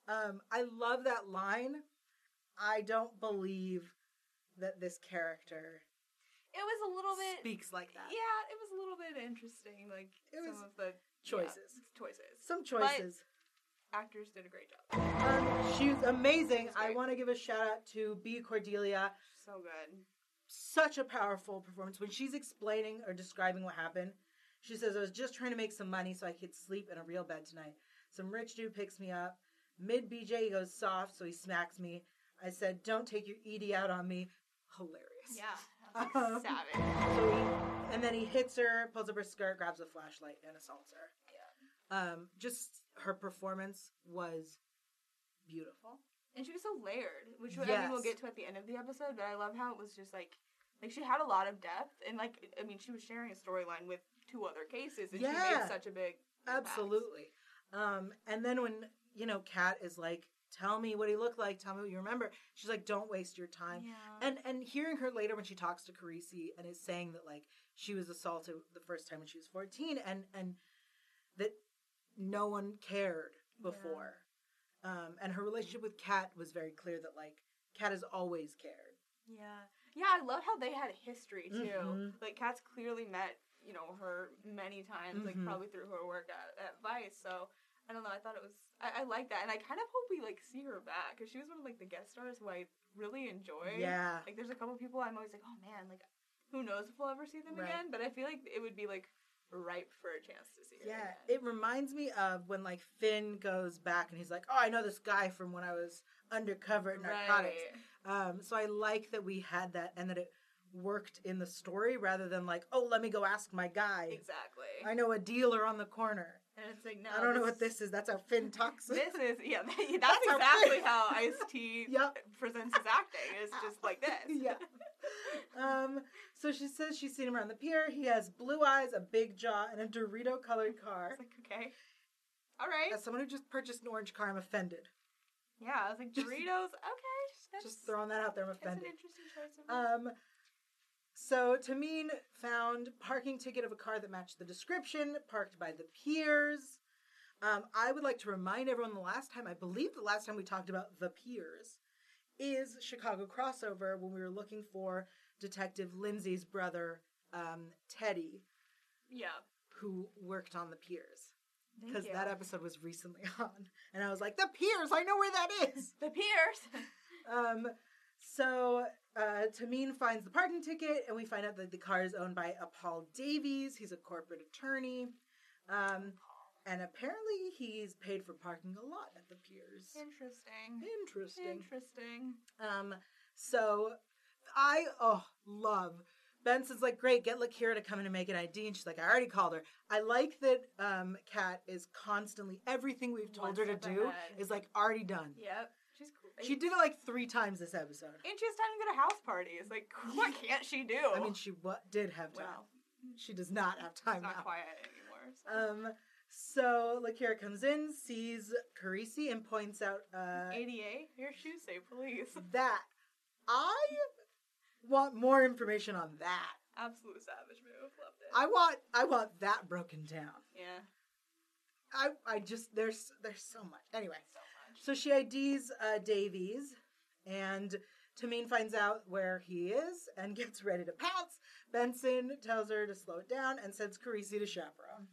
[SPEAKER 2] Um, I love that line. I don't believe that this character
[SPEAKER 4] It was a little bit
[SPEAKER 2] speaks like that.
[SPEAKER 4] Yeah, it was a little bit interesting like
[SPEAKER 2] It
[SPEAKER 4] some
[SPEAKER 2] was
[SPEAKER 4] of the
[SPEAKER 2] Choices.
[SPEAKER 4] yeah, choices.
[SPEAKER 2] Some choices.
[SPEAKER 4] Actors did a great job.
[SPEAKER 2] Um, she's amazing.
[SPEAKER 4] She's
[SPEAKER 2] I
[SPEAKER 4] great.
[SPEAKER 2] want to give a shout out to B. Cordelia.
[SPEAKER 4] So good.
[SPEAKER 2] such a powerful performance when she's explaining or describing what happened. She says, I was just trying to make some money so I could sleep in a real bed tonight. Some rich dude picks me up. Mid BJ, he goes soft, so he smacks me. I said, Don't take your ED out on me. Hilarious.
[SPEAKER 4] [LAUGHS] Yeah.
[SPEAKER 2] Um,
[SPEAKER 4] savage.
[SPEAKER 2] So he, and then he hits her, pulls up her skirt, grabs a flashlight, and assaults her. Yeah. Um, just her performance was beautiful.
[SPEAKER 4] And she was so layered, which I
[SPEAKER 2] Yes.
[SPEAKER 4] mean, we'll get to at the end of the episode. But I love how it was just like, like she had a lot of depth, and like, I mean, she was sharing a storyline with two other cases, and she
[SPEAKER 2] Yeah.
[SPEAKER 4] made such a big impact.
[SPEAKER 2] Absolutely. Um, and then when, you know, Kat is like, tell me what he looked like, tell me what you remember. She's like, don't waste your time.
[SPEAKER 4] Yeah.
[SPEAKER 2] And and hearing her later when she talks to Carisi and is saying that like she was assaulted the first time when she was fourteen and and that no one cared before. Um, and her relationship with Kat was very clear that like Kat has always cared.
[SPEAKER 4] Yeah. Yeah, I love how they had a history too.
[SPEAKER 2] Mhm.
[SPEAKER 4] Like Kat's clearly met, you know, her many times, like
[SPEAKER 2] Mhm.
[SPEAKER 4] probably through her work at, at Vice. So I don't know. I thought it was I, I like that, and I kind of hope we like see her back because she was one of like the guest stars who I really enjoyed.
[SPEAKER 2] Yeah.
[SPEAKER 4] Like there's a couple people I'm always like, oh man, like who knows if we'll ever see them
[SPEAKER 2] Right.
[SPEAKER 4] again? But I feel like it would be like ripe for a chance to see her.
[SPEAKER 2] Yeah,
[SPEAKER 4] again.
[SPEAKER 2] it reminds me of when like Finn goes back and he's like, "Oh, I know this guy from when I was undercover at narcotics." Um, so I like that we had that and that it worked in the story rather than like, "Oh, let me go ask my guy.
[SPEAKER 4] Exactly.
[SPEAKER 2] I know a dealer on the corner."
[SPEAKER 4] and it's like no,
[SPEAKER 2] I don't know what this is. That's how Finn talks. [LAUGHS]
[SPEAKER 4] This is yeah. [LAUGHS] That's,
[SPEAKER 2] That's how [LAUGHS]
[SPEAKER 4] exactly
[SPEAKER 2] Finn-
[SPEAKER 4] how Ice T [LAUGHS]
[SPEAKER 2] Yep.
[SPEAKER 4] presents his acting.
[SPEAKER 2] [LAUGHS]
[SPEAKER 4] It's just like this.
[SPEAKER 2] yeah. Um, so she says she's seen him around the pier. He has blue eyes, a big jaw, and a Dorito colored car.
[SPEAKER 4] [LAUGHS] It's like okay, all right.
[SPEAKER 2] As someone who just purchased an orange car, I'm offended.
[SPEAKER 4] yeah, I was like
[SPEAKER 2] Just-
[SPEAKER 4] Doritos. Okay, that's,
[SPEAKER 2] Just throwing that out there, I'm
[SPEAKER 4] That's an
[SPEAKER 2] offended.
[SPEAKER 4] interesting choice. Of words.
[SPEAKER 2] Um, so Tameen found parking ticket of a car that matched the description, parked by the piers. Um, I would like to remind everyone the last time, I believe the last time we talked about the piers is Chicago crossover when we were looking for Detective Lindsay's brother, um, Teddy,
[SPEAKER 4] yeah,
[SPEAKER 2] who worked on the piers.
[SPEAKER 4] Thank
[SPEAKER 2] Because
[SPEAKER 4] you.
[SPEAKER 2] that uh, episode was recently [LAUGHS] on. And I was like, the piers, I know where that is. [LAUGHS]
[SPEAKER 4] the Pierce.
[SPEAKER 2] Um, so uh, Tameen finds the parking ticket, and we find out that the car is owned by a Paul Davies. He's a corporate attorney, um, and apparently he's paid for parking a lot at the piers.
[SPEAKER 4] interesting.
[SPEAKER 2] Interesting.
[SPEAKER 4] Interesting.
[SPEAKER 2] Um, so I oh love. Benson's like, great, get Lakira to come in and make an ID. And she's like, I already called her. I like that um, Kat is constantly, everything we've told
[SPEAKER 4] One
[SPEAKER 2] her to
[SPEAKER 4] step
[SPEAKER 2] do
[SPEAKER 4] ahead.
[SPEAKER 2] is like already done.
[SPEAKER 4] Yep, she's cool.
[SPEAKER 2] She did it like three times this episode.
[SPEAKER 4] and she's time to go to house parties. Like, [LAUGHS]
[SPEAKER 2] [LAUGHS]
[SPEAKER 4] what can't she do?
[SPEAKER 2] I mean, she wa did have time.
[SPEAKER 4] well,
[SPEAKER 2] She does not have time
[SPEAKER 4] Oh. it's not
[SPEAKER 2] now.
[SPEAKER 4] quiet anymore. So.
[SPEAKER 2] Um, so Lakira comes in, sees Carisi, and points out uh,
[SPEAKER 4] ADA, your shoes say police.
[SPEAKER 2] [LAUGHS] that I want more information on that.
[SPEAKER 4] [LAUGHS] Absolute savage move. Loved it.
[SPEAKER 2] I want I want that broken down.
[SPEAKER 4] yeah.
[SPEAKER 2] I I just there's there's so much. Anyway,
[SPEAKER 4] So much.
[SPEAKER 2] so she IDs uh, Davies, and Tameen finds out where he is and [LAUGHS] gets ready to pounce. Benson tells her to slow it down and sends Carisi to chaperone.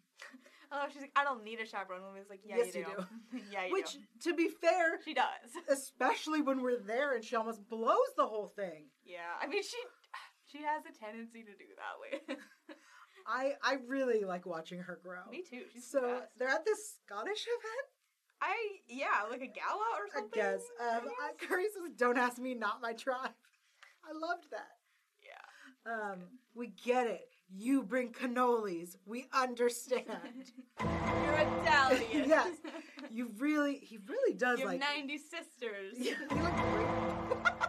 [SPEAKER 4] Oh, she's like, I don't need a chaperone. Woman's like, yeah,
[SPEAKER 2] Yes,
[SPEAKER 4] you
[SPEAKER 2] you
[SPEAKER 4] do. [LAUGHS] yeah, you
[SPEAKER 2] Which,
[SPEAKER 4] do.
[SPEAKER 2] to be fair,
[SPEAKER 4] She does.
[SPEAKER 2] especially when we're there and she almost blows the whole thing.
[SPEAKER 4] Yeah, I mean, she she has a tendency to do that [LAUGHS] way.
[SPEAKER 2] I I really like watching her grow.
[SPEAKER 4] Me too. She's
[SPEAKER 2] so
[SPEAKER 4] the best.
[SPEAKER 2] they're at this Scottish event,
[SPEAKER 4] I yeah, like a gala or something.
[SPEAKER 2] I guess. Um,
[SPEAKER 4] I
[SPEAKER 2] I- Curry says, "Don't ask me, not my tribe." I loved that.
[SPEAKER 4] yeah.
[SPEAKER 2] Um, we get it. You bring cannolis. We
[SPEAKER 4] [LAUGHS]
[SPEAKER 2] understand.
[SPEAKER 4] You're Italian. [LAUGHS]
[SPEAKER 2] Yes. you really, he really does
[SPEAKER 4] You're
[SPEAKER 2] like.
[SPEAKER 4] 90 sisters.
[SPEAKER 2] Yeah,
[SPEAKER 4] [LAUGHS]
[SPEAKER 2] he looks great.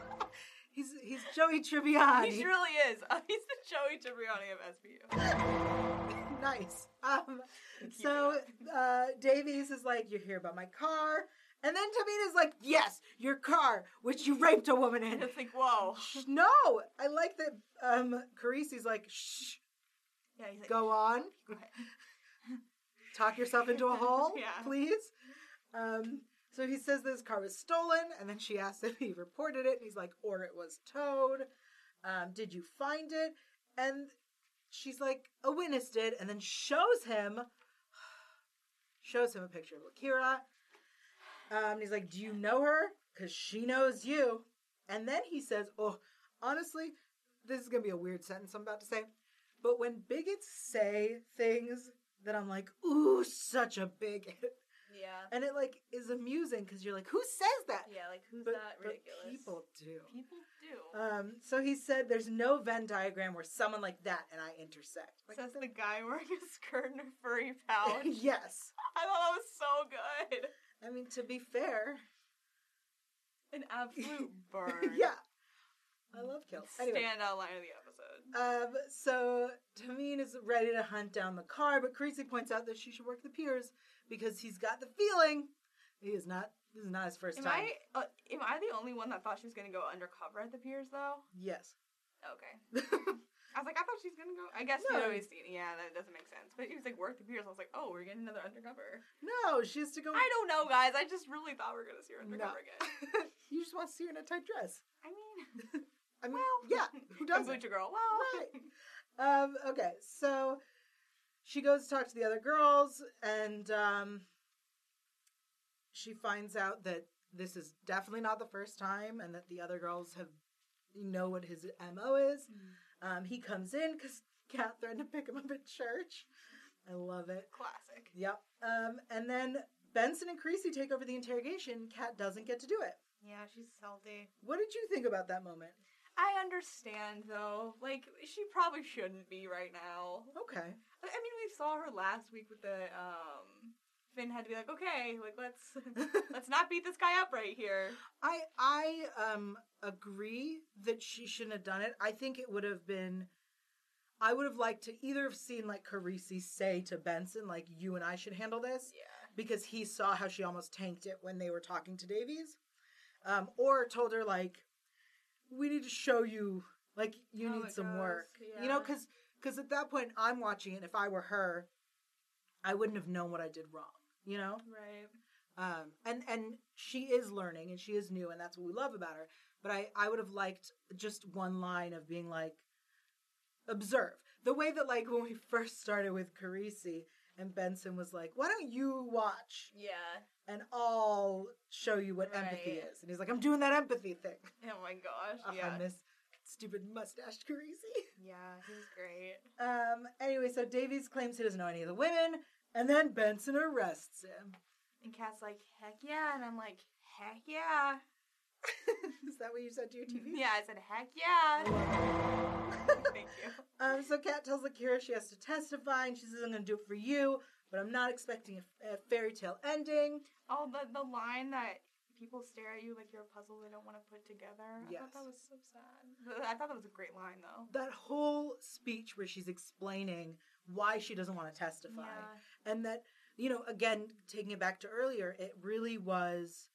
[SPEAKER 2] [LAUGHS] he's he's Joey Tribbiani.
[SPEAKER 4] He really is. [LAUGHS] He's the Joey Tribbiani of [LAUGHS]
[SPEAKER 2] [LAUGHS]
[SPEAKER 4] SBU.
[SPEAKER 2] nice. Um,
[SPEAKER 4] Keep
[SPEAKER 2] so
[SPEAKER 4] it
[SPEAKER 2] uh, Davies is like, "You're here about my car," and then Tamina's like, "Yes, your car, which you raped a woman
[SPEAKER 4] And
[SPEAKER 2] in."
[SPEAKER 4] [LAUGHS] it's like, whoa.
[SPEAKER 2] Shh, no, I like that. Um, Carisi's like, "Shh,
[SPEAKER 4] Yeah, he's like,
[SPEAKER 2] go on,
[SPEAKER 4] Go ahead.
[SPEAKER 2] talk yourself into a hole,
[SPEAKER 4] [LAUGHS] Yeah.
[SPEAKER 2] please." Um, so he says this car was stolen, and then she asks if he reported it, and he's like, "Or it was towed. Um, did you find it?" And she's like, "A witness did," and then shows him [SIGHS] shows him a picture of Akira. Um, and he's like, "Do you know her? Because she knows you." And then he says, "Oh, honestly, this is gonna be a weird sentence I'm about to say, but when bigots say things that I'm like, ooh, such a bigot,"
[SPEAKER 4] Yeah.
[SPEAKER 2] [LAUGHS] and it like is amusing because you're like, "Who says that?"
[SPEAKER 4] Yeah, like who's
[SPEAKER 2] but,
[SPEAKER 4] that
[SPEAKER 2] but
[SPEAKER 4] ridiculous? Uh,
[SPEAKER 2] people do.
[SPEAKER 4] People do.
[SPEAKER 2] Um, so he said, "There's no Venn diagram where someone like that and I intersect." Like,
[SPEAKER 4] Says the guy wearing a skirt and a furry [LAUGHS] pouch.
[SPEAKER 2] [LAUGHS] yes,
[SPEAKER 4] I thought that was so good.
[SPEAKER 2] I mean to be fair,
[SPEAKER 4] An absolute burn.
[SPEAKER 2] [LAUGHS] yeah, I love kills. Anyway,
[SPEAKER 4] Standout line of the episode.
[SPEAKER 2] Um, so Tameen is ready to hunt down the car, but Creasy points out that she should work the piers because he's got the feeling He is not. This is not his first
[SPEAKER 4] Am
[SPEAKER 2] time.
[SPEAKER 4] I uh, am I the only one that thought she was gonna go undercover at the piers though?
[SPEAKER 2] Yes. [LAUGHS]
[SPEAKER 4] Okay. I was like, I thought she's gonna go. I guess
[SPEAKER 2] No.
[SPEAKER 4] you always seen. Yeah, that doesn't make sense. But he was like, work the piers. I was like, oh, we're getting another undercover.
[SPEAKER 2] no, she has to go.
[SPEAKER 4] I don't know, guys. I just really thought we were gonna see her
[SPEAKER 2] Um, No.
[SPEAKER 4] undercover again.
[SPEAKER 2] [LAUGHS] You just want to see her in a tight dress.
[SPEAKER 4] I mean,
[SPEAKER 2] [LAUGHS] I mean,
[SPEAKER 4] well,
[SPEAKER 2] yeah.
[SPEAKER 4] [LAUGHS]
[SPEAKER 2] Who doesn't?
[SPEAKER 4] Kombucha girl. Well,
[SPEAKER 2] Right. Um, okay, so she goes to talk to the other girls, and um, she finds out that this is definitely not the first time, and that the other girls have know what his mo is. Um, he comes in because Kat threatened to pick him up at church. I love it.
[SPEAKER 4] [LAUGHS] classic.
[SPEAKER 2] Yep. Um, and then Benson and Creasy take over the interrogation. Kat doesn't get to do it.
[SPEAKER 4] Yeah, she's salty.
[SPEAKER 2] What did you think about that moment?
[SPEAKER 4] I understand though. Like she probably shouldn't be right now.
[SPEAKER 2] Okay.
[SPEAKER 4] I I mean, we saw her last week with the um Finn had to be like, okay, like [LAUGHS] let's let's not beat this guy up right here.
[SPEAKER 2] I I um agree that she shouldn't have done it. I think it would have been I would have liked to either have seen like Carisi say to Benson like you and I should handle this
[SPEAKER 4] Yeah.
[SPEAKER 2] because he saw how she almost tanked it when they were talking to Davies. Um or told her like we need to show you like you
[SPEAKER 4] How
[SPEAKER 2] need
[SPEAKER 4] it
[SPEAKER 2] some
[SPEAKER 4] goes,
[SPEAKER 2] work. You know
[SPEAKER 4] yeah.
[SPEAKER 2] cuz cuz at that point I'm watching it if I were her I wouldn't have known what I did wrong, you know?
[SPEAKER 4] Right.
[SPEAKER 2] um, and and she is learning and she is new and that's what we love about her but i i would have liked just one line of being like observe the way that like when we [LAUGHS] first started with carisi and benson was like why don't you watch
[SPEAKER 4] Yeah.
[SPEAKER 2] and i'll show you what empathy
[SPEAKER 4] Right.
[SPEAKER 2] is and he's like i'm doing that empathy thing [LAUGHS]
[SPEAKER 4] Oh my gosh.
[SPEAKER 2] Ugh,
[SPEAKER 4] yeah.
[SPEAKER 2] i miss stupid mustached carisi
[SPEAKER 4] yeah, he was
[SPEAKER 2] [LAUGHS]
[SPEAKER 4] great.
[SPEAKER 2] um anyway so davies claims he doesn't know any of the women and then benson arrests him [LAUGHS]
[SPEAKER 4] And Kat's like, heck yeah, and I'm like, heck yeah.
[SPEAKER 2] is that what you said to your tv
[SPEAKER 4] Yeah, I said, heck
[SPEAKER 2] [LAUGHS]
[SPEAKER 4] yeah. Thank you.
[SPEAKER 2] Um, so Kat tells Akira she has to testify, and she says, "I'm going to do it for you, but I'm not expecting a, a fairy tale ending."
[SPEAKER 4] Oh, the the line that people stare at you like you're a puzzle they don't want to put together. I
[SPEAKER 2] Yes.
[SPEAKER 4] thought that was so sad. Th- I thought that was a great line though.
[SPEAKER 2] That whole speech where she's explaining why she doesn't want to testify, and that you know, again, taking it back to earlier, it really was,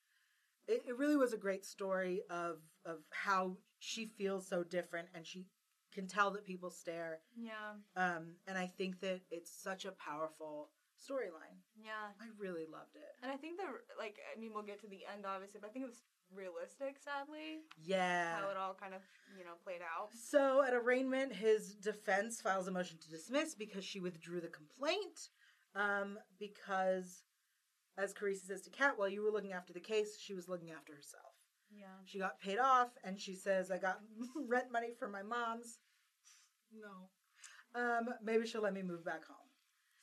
[SPEAKER 2] it, it really was a great story of of how she feels so different, and she can tell that people stare.
[SPEAKER 4] Yeah.
[SPEAKER 2] Um, and I think that it's such a powerful storyline.
[SPEAKER 4] Yeah.
[SPEAKER 2] I really loved it.
[SPEAKER 4] And I think the like I mean we'll get to the end obviously, but I think it was realistic sadly
[SPEAKER 2] Yeah.
[SPEAKER 4] how it all kind of, you know, played out.
[SPEAKER 2] So at arraignment, his defense files a motion to dismiss because she withdrew the complaint. Um, because, as Carissa says to Kat, while you were looking after the case, she was looking after herself.
[SPEAKER 4] Yeah.
[SPEAKER 2] She got paid off, and she says, "I got [LAUGHS] rent money from my mom's." No. Um, maybe she'll let me move back home.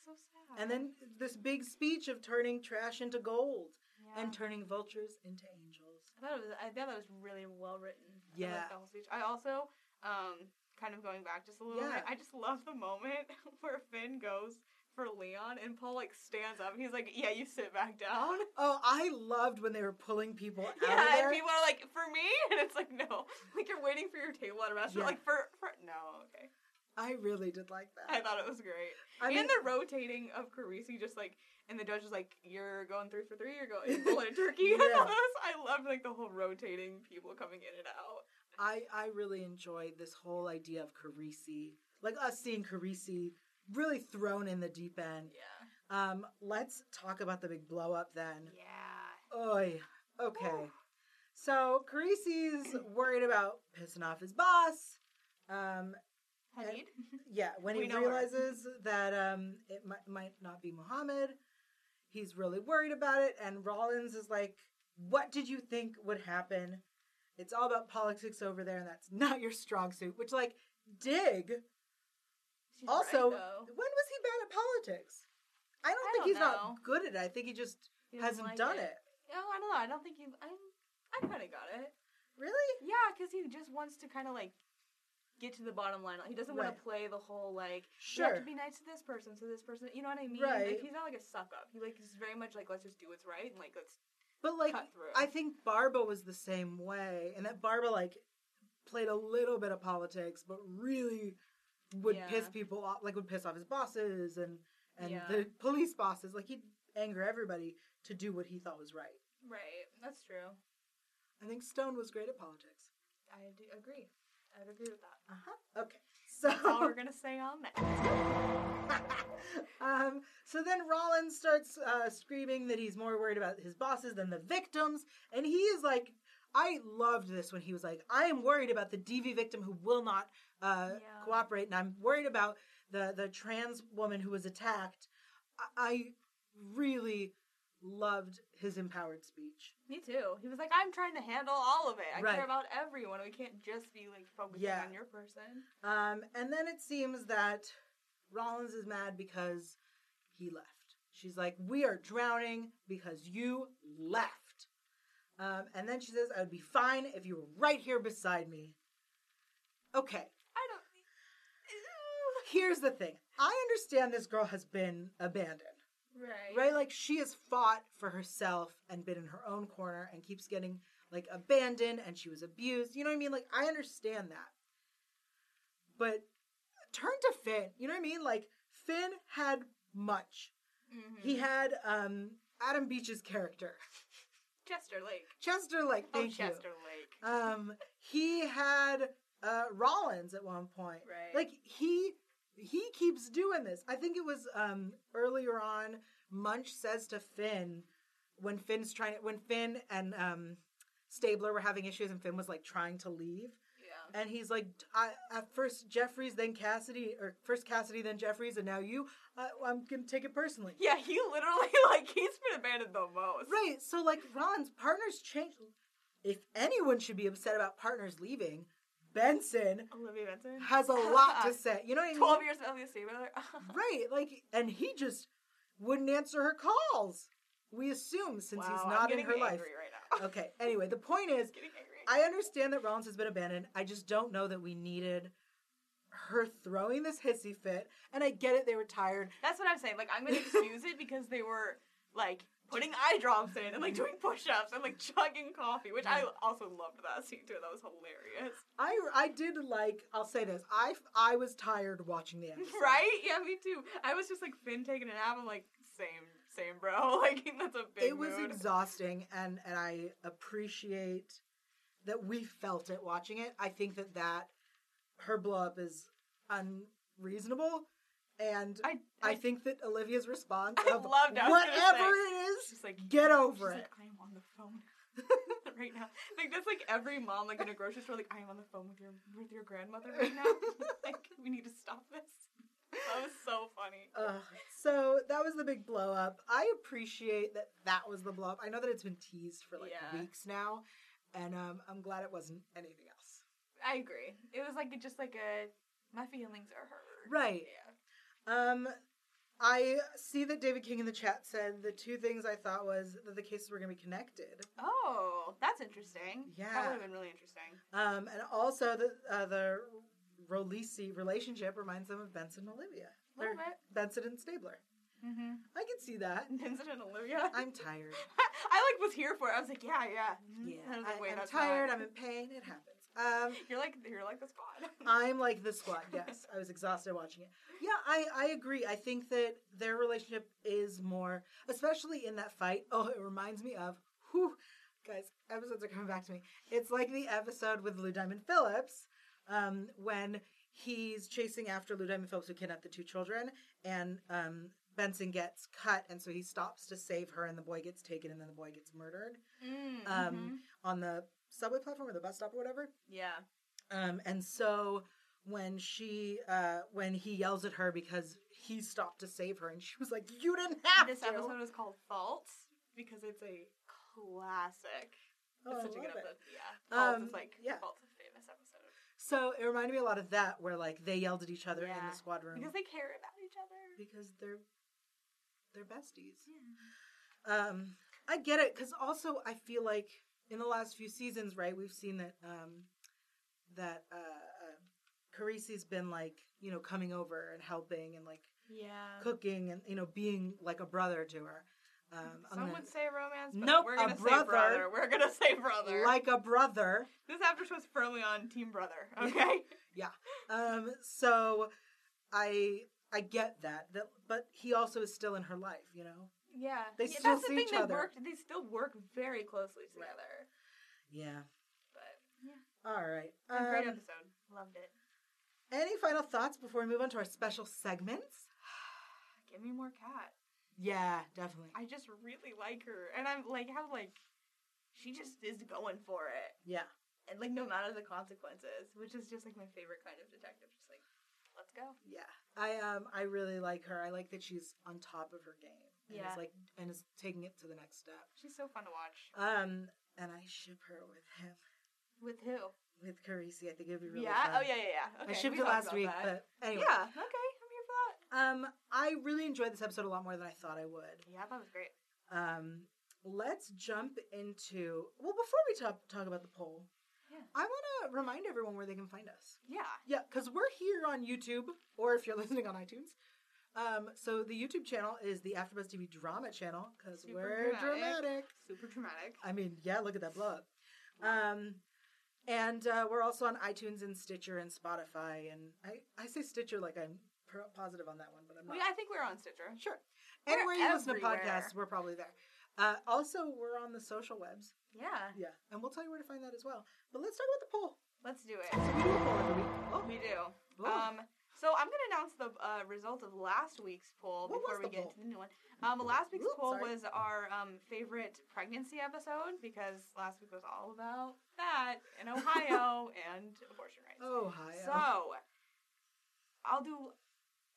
[SPEAKER 4] So sad.
[SPEAKER 2] And then this big speech of turning trash into gold
[SPEAKER 4] yeah.
[SPEAKER 2] and turning vultures into angels.
[SPEAKER 4] I thought it was. I thought that was really well written. I
[SPEAKER 2] Yeah.
[SPEAKER 4] liked the whole speech. I also, um, kind of going back just a little
[SPEAKER 2] Yeah.
[SPEAKER 4] bit. I just love the moment [LAUGHS] where Finn goes for Leon, and Paul like stands up, and he's like, "Yeah, you sit back [LAUGHS] down."
[SPEAKER 2] Oh, I loved when they were pulling people out of
[SPEAKER 4] Yeah,
[SPEAKER 2] there.
[SPEAKER 4] and people are like, "For me," [LAUGHS] and it's like, "No, like you're waiting for your table at a restaurant."
[SPEAKER 2] Yeah.
[SPEAKER 4] Like for for no, okay.
[SPEAKER 2] I really did like that.
[SPEAKER 4] I thought it was great.
[SPEAKER 2] I
[SPEAKER 4] and the rotating of Carisi, just like, and the judge is like, "You're going three for three. You're [LAUGHS] going bullet and turkey."
[SPEAKER 2] Yeah.
[SPEAKER 4] I loved like the whole rotating people coming in and out.
[SPEAKER 2] I I really enjoyed this whole idea of Carisi, like us seeing Carisi really thrown in the deep end.
[SPEAKER 4] Yeah.
[SPEAKER 2] Um, let's talk about the big blow up then.
[SPEAKER 4] Yeah.
[SPEAKER 2] Oy, okay.
[SPEAKER 4] Woo.
[SPEAKER 2] So Carisi's worried about pissing off his boss. Um,
[SPEAKER 4] Hadid?
[SPEAKER 2] yeah, when
[SPEAKER 4] We
[SPEAKER 2] he
[SPEAKER 4] know her.
[SPEAKER 2] realizes that um, it might, might not be Muhammad, he's really worried about it. And Rollins is like, What did you think would happen? It's all about politics over there, and that's [LAUGHS] not your strong suit. Which, like, dig.
[SPEAKER 4] She's
[SPEAKER 2] Also,
[SPEAKER 4] right,
[SPEAKER 2] when
[SPEAKER 4] though.
[SPEAKER 2] was he bad at politics? I don't
[SPEAKER 4] I
[SPEAKER 2] think
[SPEAKER 4] don't
[SPEAKER 2] he's
[SPEAKER 4] know.
[SPEAKER 2] not good at it. I think he just
[SPEAKER 4] He doesn't
[SPEAKER 2] hasn't
[SPEAKER 4] like
[SPEAKER 2] done it.
[SPEAKER 4] Oh, I don't know. I don't think he. I'm, I kind of got it.
[SPEAKER 2] Really?
[SPEAKER 4] Yeah, because he just wants to kind of like get to the bottom line. He doesn't want
[SPEAKER 2] Right.
[SPEAKER 4] to play the whole like you have
[SPEAKER 2] Sure.
[SPEAKER 4] to be nice to this person, so this person. You know what I mean?
[SPEAKER 2] Right.
[SPEAKER 4] Like he's not like a suck up. He like is very much like let's just do what's right and like let's.
[SPEAKER 2] But, like,
[SPEAKER 4] cut through.
[SPEAKER 2] I think Barba was the same way, and that Barba, like, played a little bit of politics, but really would
[SPEAKER 4] Yeah.
[SPEAKER 2] piss people off, like, would piss off his bosses and and
[SPEAKER 4] Yeah.
[SPEAKER 2] the police bosses. Like, he anger everybody to do what he thought was right.
[SPEAKER 4] Right. That's true.
[SPEAKER 2] I think Stone was great at politics.
[SPEAKER 4] I do agree. I'd agree with that.
[SPEAKER 2] Uh huh. Okay. So
[SPEAKER 4] That's all we're gonna say on that.
[SPEAKER 2] um, so then Rollins starts uh, screaming that he's more worried about his bosses than the victims, and he is like, I loved this when he was like, I am worried about the DV victim who will not uh,
[SPEAKER 4] Yeah.
[SPEAKER 2] cooperate, and I'm worried about the the trans woman who was attacked. I, I really loved his empowered speech.
[SPEAKER 4] [LAUGHS] Me too. He was like, I'm trying to handle all of it. I
[SPEAKER 2] Right.
[SPEAKER 4] care about everyone. We can't just be like focusing
[SPEAKER 2] Yeah.
[SPEAKER 4] on your person.
[SPEAKER 2] Um, and then it seems that Rollins is mad because he left. She's like, We are drowning because you left. Um, and then she says, I would be fine if you were right here beside me. Okay,
[SPEAKER 4] I don't.
[SPEAKER 2] here's the thing I understand this girl has been abandoned,
[SPEAKER 4] Right.
[SPEAKER 2] right? Like, she has fought for herself and been in her own corner and keeps getting like abandoned and she was abused. You know what I mean? Like, I understand that. But turn to Finn. You know what I mean? Like Finn had much.
[SPEAKER 4] Mhm.
[SPEAKER 2] He had um Adam Beach's character. [LAUGHS]
[SPEAKER 4] Chester Lake.
[SPEAKER 2] Chester like
[SPEAKER 4] Oh,
[SPEAKER 2] thank
[SPEAKER 4] Chester Lake.
[SPEAKER 2] you. Um he had uh Rollins at one point.
[SPEAKER 4] Right.
[SPEAKER 2] Like he he keeps doing this. I think it was um earlier on Munch says to Finn when Finn's trying when Finn and um Stabler were having issues and Finn was like trying to leave.
[SPEAKER 4] yeah.
[SPEAKER 2] And he's like, I, at first Jeffries, then Cassidy, or first Cassidy, then Jeffries, and now you. Uh, I'm gonna take it personally.
[SPEAKER 4] Yeah, he literally [LAUGHS] like he's been abandoned the most.
[SPEAKER 2] Right. So like, Ron's partners change. If anyone should be upset about partners leaving, Benson
[SPEAKER 4] Olivia Benson
[SPEAKER 2] has
[SPEAKER 4] [LAUGHS]
[SPEAKER 2] a lot to say. You know what I mean?
[SPEAKER 4] Twelve years of LSD, [LAUGHS] brother.
[SPEAKER 2] Right. Like, and he just wouldn't answer her calls. We assume since
[SPEAKER 4] wow,
[SPEAKER 2] he's
[SPEAKER 4] I'm
[SPEAKER 2] not in
[SPEAKER 4] getting
[SPEAKER 2] her
[SPEAKER 4] angry
[SPEAKER 2] life.
[SPEAKER 4] right
[SPEAKER 2] [LAUGHS]
[SPEAKER 4] now. [LAUGHS]
[SPEAKER 2] Okay. Anyway, the point is,
[SPEAKER 4] getting angry.
[SPEAKER 2] I understand that Rollins has been abandoned. I just don't know that we needed her throwing this hissy fit. And I get it, they were tired.
[SPEAKER 4] That's what I'm saying. Like I'm gonna excuse it because they were like putting eye drops in and like doing push-ups and like chugging coffee, which I also loved that scene too. That was hilarious.
[SPEAKER 2] I I did like I'll say this. I I was tired watching the
[SPEAKER 4] [LAUGHS]
[SPEAKER 2] episode.
[SPEAKER 4] Right? Yeah, me too. I was just like Finn taking a nap. I'm like, same, same, bro. [LAUGHS] Like that's a big.
[SPEAKER 2] It was
[SPEAKER 4] mood.
[SPEAKER 2] exhausting and and I appreciate that we felt it watching it. I think that that her blow up is unreasonable and I,
[SPEAKER 4] I I,
[SPEAKER 2] think that Olivia's response
[SPEAKER 4] [LAUGHS] I
[SPEAKER 2] of
[SPEAKER 4] loved it. I was gonna
[SPEAKER 2] whatever
[SPEAKER 4] say.
[SPEAKER 2] it is
[SPEAKER 4] just like
[SPEAKER 2] get
[SPEAKER 4] She's
[SPEAKER 2] over it.
[SPEAKER 4] like, I am on the phone [LAUGHS] right now. Like that's like every mom like in a grocery store, like I am on the phone with your with your grandmother right now. [LAUGHS] like we need to stop this. That was so funny.
[SPEAKER 2] Ugh. so that was the big blow up. I appreciate that that was the blow up. I know that it's been teased for like
[SPEAKER 4] Yeah.
[SPEAKER 2] weeks now, and um, I'm glad it wasn't anything else.
[SPEAKER 4] I agree. It was like just like a my feelings are hurt.
[SPEAKER 2] Right.
[SPEAKER 4] Yeah.
[SPEAKER 2] Um, I see that David King in the chat said the two things I thought was that the cases were going to be connected,
[SPEAKER 4] Oh, that's interesting.
[SPEAKER 2] Yeah.
[SPEAKER 4] That would have been really interesting.
[SPEAKER 2] um, and also the uh, the Rolisi relationship reminds them of Benson and Olivia,
[SPEAKER 4] A little
[SPEAKER 2] Or
[SPEAKER 4] bit.
[SPEAKER 2] Benson and Stabler.
[SPEAKER 4] Mm-hmm.
[SPEAKER 2] [LAUGHS] I can see that.
[SPEAKER 4] Vincent and Olivia.
[SPEAKER 2] I'm tired.
[SPEAKER 4] [LAUGHS] I like was here for it. I was like, yeah, yeah. mhm.
[SPEAKER 2] Mm-hmm. Yeah,
[SPEAKER 4] And I was like,
[SPEAKER 2] I-
[SPEAKER 4] wait,
[SPEAKER 2] I'm
[SPEAKER 4] that's
[SPEAKER 2] tired.
[SPEAKER 4] not-
[SPEAKER 2] I'm
[SPEAKER 4] [LAUGHS]
[SPEAKER 2] Um, in pain. It happens. Um,
[SPEAKER 4] You're like you're like the squad. [LAUGHS]
[SPEAKER 2] I'm like the squad. Yes, I was exhausted watching it. Yeah, I I agree. I think that their relationship is more, especially in that fight. Oh, it reminds me of who, guys. Episodes are coming back to me. It's like the episode with Lou Diamond Phillips, um, when he's chasing after Lou Diamond Phillips who kidnapped the two children, and um, Benson gets cut, and so he stops to save her, and the boy gets taken, and then the boy gets murdered
[SPEAKER 4] Mm,
[SPEAKER 2] Um,
[SPEAKER 4] mhm.
[SPEAKER 2] on the subway platform or the bus stop or whatever.
[SPEAKER 4] Yeah.
[SPEAKER 2] Um, and so when she, uh, when he yells at her because he stopped to save her, and she was like, "You didn't have
[SPEAKER 4] This
[SPEAKER 2] to."
[SPEAKER 4] episode is called Fault because it's a classic.
[SPEAKER 2] Oh,
[SPEAKER 4] it's
[SPEAKER 2] I
[SPEAKER 4] such a good
[SPEAKER 2] love it.
[SPEAKER 4] episode. Yeah. Fault
[SPEAKER 2] Um,
[SPEAKER 4] is like
[SPEAKER 2] yeah.
[SPEAKER 4] Fault's a famous episode.
[SPEAKER 2] So it reminded me a lot of that, where like they yelled at each other in
[SPEAKER 4] Yeah.
[SPEAKER 2] the squad room
[SPEAKER 4] Because they care about each other.
[SPEAKER 2] because they're they're besties. Um, I get it because also I feel like in the last few seasons, right, we've seen that um, that uh, uh, Carisi's been like you know coming over and helping and like
[SPEAKER 4] Yeah.
[SPEAKER 2] cooking and you know being like a brother to her. Um, I'm
[SPEAKER 4] Some
[SPEAKER 2] gonna-
[SPEAKER 4] would say romance, but
[SPEAKER 2] Nope,
[SPEAKER 4] we're
[SPEAKER 2] a
[SPEAKER 4] gonna
[SPEAKER 2] brother.
[SPEAKER 4] say brother. We're gonna [LAUGHS] say brother.
[SPEAKER 2] like a brother.
[SPEAKER 4] this after show's firmly on Team Brother. Okay.
[SPEAKER 2] Um, so I I get that. That but he also is still in her life, you know.
[SPEAKER 4] [LAUGHS] Yeah,
[SPEAKER 2] They
[SPEAKER 4] yeah,
[SPEAKER 2] still
[SPEAKER 4] that's
[SPEAKER 2] see
[SPEAKER 4] the thing.
[SPEAKER 2] each
[SPEAKER 4] they
[SPEAKER 2] other.
[SPEAKER 4] worked. They still work very closely together.
[SPEAKER 2] Yeah.
[SPEAKER 4] But
[SPEAKER 2] All right.
[SPEAKER 4] a great
[SPEAKER 2] Um,
[SPEAKER 4] episode. Loved it. [SIGHS]
[SPEAKER 2] any final thoughts before we move on to our special segments?
[SPEAKER 4] Give me more cat.
[SPEAKER 2] Yeah, definitely.
[SPEAKER 4] I just really like her, and I'm like how like she just is going for it,
[SPEAKER 2] Yeah.
[SPEAKER 4] and like no matter the consequences, which is just like my favorite kind of detective. Just like let's go.
[SPEAKER 2] Yeah. I um I really like her. I like that she's on top of her game. And
[SPEAKER 4] Yeah.
[SPEAKER 2] is like and is taking it to the next step.
[SPEAKER 4] She's so fun to watch.
[SPEAKER 2] Um and I ship her with him.
[SPEAKER 4] With who?
[SPEAKER 2] With Carisi. I think it'd be really
[SPEAKER 4] yeah.
[SPEAKER 2] fun.
[SPEAKER 4] Oh yeah, yeah, yeah.
[SPEAKER 2] I
[SPEAKER 4] Okay,
[SPEAKER 2] shipped
[SPEAKER 4] we
[SPEAKER 2] it
[SPEAKER 4] talked
[SPEAKER 2] last
[SPEAKER 4] about
[SPEAKER 2] week,
[SPEAKER 4] that.
[SPEAKER 2] but anyway.
[SPEAKER 4] Yeah. Okay. I'm here for that.
[SPEAKER 2] Um I really enjoyed this episode a lot more than I thought I would.
[SPEAKER 4] Yeah, that was great.
[SPEAKER 2] Um, let's jump into. Well, before we talk talk about the poll,
[SPEAKER 4] Yeah.
[SPEAKER 2] I want to remind everyone where they can find us.
[SPEAKER 4] Yeah.
[SPEAKER 2] Yeah, because we're here on YouTube, or if you're [LAUGHS] listening on iTunes. Um, so the YouTube channel is the AfterBuzz TV Drama Channel because
[SPEAKER 4] Super
[SPEAKER 2] we're dramatic.
[SPEAKER 4] dramatic. Super dramatic.
[SPEAKER 2] I mean, yeah, look at that blow up. Um, and uh, we're also on iTunes and Stitcher and Spotify. And I, I say Stitcher like I'm pro- positive on that one, but I'm not.
[SPEAKER 4] We, I think we're on Stitcher.
[SPEAKER 2] Sure.
[SPEAKER 4] We're
[SPEAKER 2] Anywhere you listen to
[SPEAKER 4] everywhere.
[SPEAKER 2] podcasts, we're probably there. Uh, also, we're on the social webs.
[SPEAKER 4] Yeah.
[SPEAKER 2] Yeah. And we'll tell you where to find that as well. But let's talk about the poll.
[SPEAKER 4] Let's do it.
[SPEAKER 2] So we do a poll every week. Oh,
[SPEAKER 4] We do.
[SPEAKER 2] Ooh.
[SPEAKER 4] Um, so I'm going to announce the uh, result of last week's poll
[SPEAKER 2] What was
[SPEAKER 4] before we
[SPEAKER 2] the
[SPEAKER 4] get
[SPEAKER 2] poll?
[SPEAKER 4] to the new one. Um, last week's
[SPEAKER 2] Oops,
[SPEAKER 4] poll
[SPEAKER 2] sorry.
[SPEAKER 4] was our um, favorite pregnancy episode because last week was all about that in
[SPEAKER 2] [LAUGHS]
[SPEAKER 4] Ohio and abortion rights.
[SPEAKER 2] Ohio.
[SPEAKER 4] So I'll do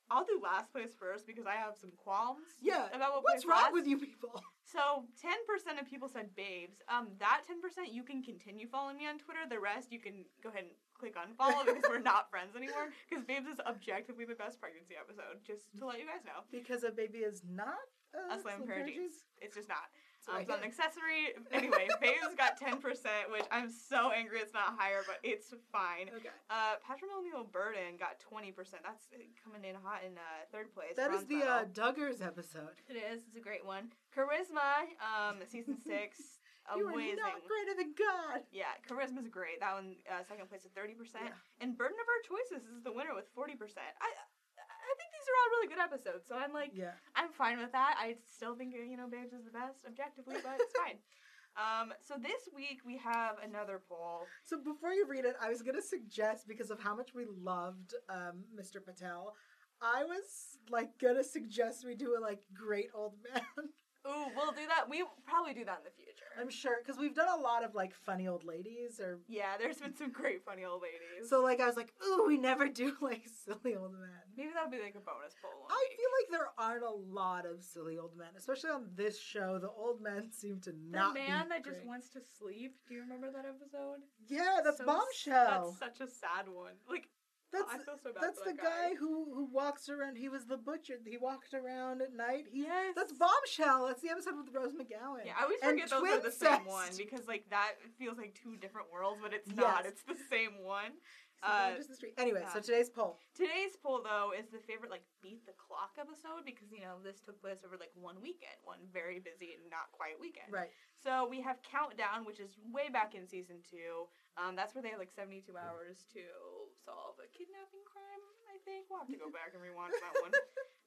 [SPEAKER 4] I'll do last place first because I have some qualms.
[SPEAKER 2] yeah.
[SPEAKER 4] About what
[SPEAKER 2] What's
[SPEAKER 4] place
[SPEAKER 2] wrong
[SPEAKER 4] last.
[SPEAKER 2] with you people? [LAUGHS]
[SPEAKER 4] So ten percent of people said babes. Um, that ten percent you can continue following me on Twitter. The rest you can go ahead and click unfollow because we're not
[SPEAKER 2] [LAUGHS]
[SPEAKER 4] friends anymore. Because babes is objectively the best pregnancy episode. Just to let you guys know,
[SPEAKER 2] Because a baby is not uh,
[SPEAKER 4] a slam pair of jeans. It's just not.
[SPEAKER 2] It's
[SPEAKER 4] Um,
[SPEAKER 2] right
[SPEAKER 4] it's not an
[SPEAKER 2] here.
[SPEAKER 4] accessory.
[SPEAKER 2] [LAUGHS]
[SPEAKER 4] Anyway, babes got ten percent, which I'm so angry it's not higher, but it's fine.
[SPEAKER 2] Okay.
[SPEAKER 4] Uh, Patrimonial Burden got twenty percent. That's uh, coming in hot in uh, third place.
[SPEAKER 2] That is
[SPEAKER 4] bronze
[SPEAKER 2] the
[SPEAKER 4] medal.
[SPEAKER 2] uh, Duggars episode.
[SPEAKER 4] It is. It's a great one. Charisma, um,
[SPEAKER 2] [LAUGHS]
[SPEAKER 4] season six,
[SPEAKER 2] you
[SPEAKER 4] amazing.
[SPEAKER 2] are not greater than God.
[SPEAKER 4] Yeah, charisma's great. That one, uh, second place at thirty percent,
[SPEAKER 2] Yeah.
[SPEAKER 4] and burden of our choices is the winner with forty percent. I, I think these are all really good episodes. So I'm like,
[SPEAKER 2] Yeah.
[SPEAKER 4] I'm fine with that. I still think uh, you know, Babes is the best objectively, but it's
[SPEAKER 2] [LAUGHS]
[SPEAKER 4] fine. Um, so this week we have another poll.
[SPEAKER 2] So before you read it, I was gonna suggest because of how much we loved um, Mr. Patel, I was like gonna suggest we do a like great old [LAUGHS] man.
[SPEAKER 4] Ooh, we'll do that. We will probably do that in the future.
[SPEAKER 2] I'm sure because we've done a lot of like funny old ladies or
[SPEAKER 4] yeah, there's been some great funny old ladies.
[SPEAKER 2] so. Like I was like, ooh, we never do [LAUGHS] like silly old men.
[SPEAKER 4] maybe that'll be like a bonus poll. one
[SPEAKER 2] I
[SPEAKER 4] week.
[SPEAKER 2] feel like there aren't a lot of silly old men, especially on this show. The old men seem to
[SPEAKER 4] The
[SPEAKER 2] not.
[SPEAKER 4] man
[SPEAKER 2] be
[SPEAKER 4] that just
[SPEAKER 2] great.
[SPEAKER 4] wants to sleep. Do you remember that episode?
[SPEAKER 2] Yeah, that's
[SPEAKER 4] So-
[SPEAKER 2] bombshell.
[SPEAKER 4] That's such a sad one. Like
[SPEAKER 2] That's
[SPEAKER 4] I feel so bad.
[SPEAKER 2] that's
[SPEAKER 4] for
[SPEAKER 2] the
[SPEAKER 4] that
[SPEAKER 2] guy who who walks around. He was the butcher. He walked around at night. He,
[SPEAKER 4] Yes.
[SPEAKER 2] That's bombshell. That's the episode with Rose McGowan.
[SPEAKER 4] Yeah, I always
[SPEAKER 2] And
[SPEAKER 4] forget those are the same
[SPEAKER 2] Twincest.
[SPEAKER 4] one because like that feels like two different worlds, but it's not.
[SPEAKER 2] Yes.
[SPEAKER 4] It's the same one.
[SPEAKER 2] So
[SPEAKER 4] Uh,
[SPEAKER 2] just the street. Anyway, so
[SPEAKER 4] yeah.
[SPEAKER 2] today's poll.
[SPEAKER 4] Today's poll though is the favorite like beat the clock episode because you know this took place over like one weekend, one very busy and not quiet weekend.
[SPEAKER 2] Right.
[SPEAKER 4] So we have Countdown, which is way back in season two. Um, that's where they had like 72 hours to solve a kidnapping crime, I think. We'll have
[SPEAKER 2] [LAUGHS]
[SPEAKER 4] to go back and rewatch that one.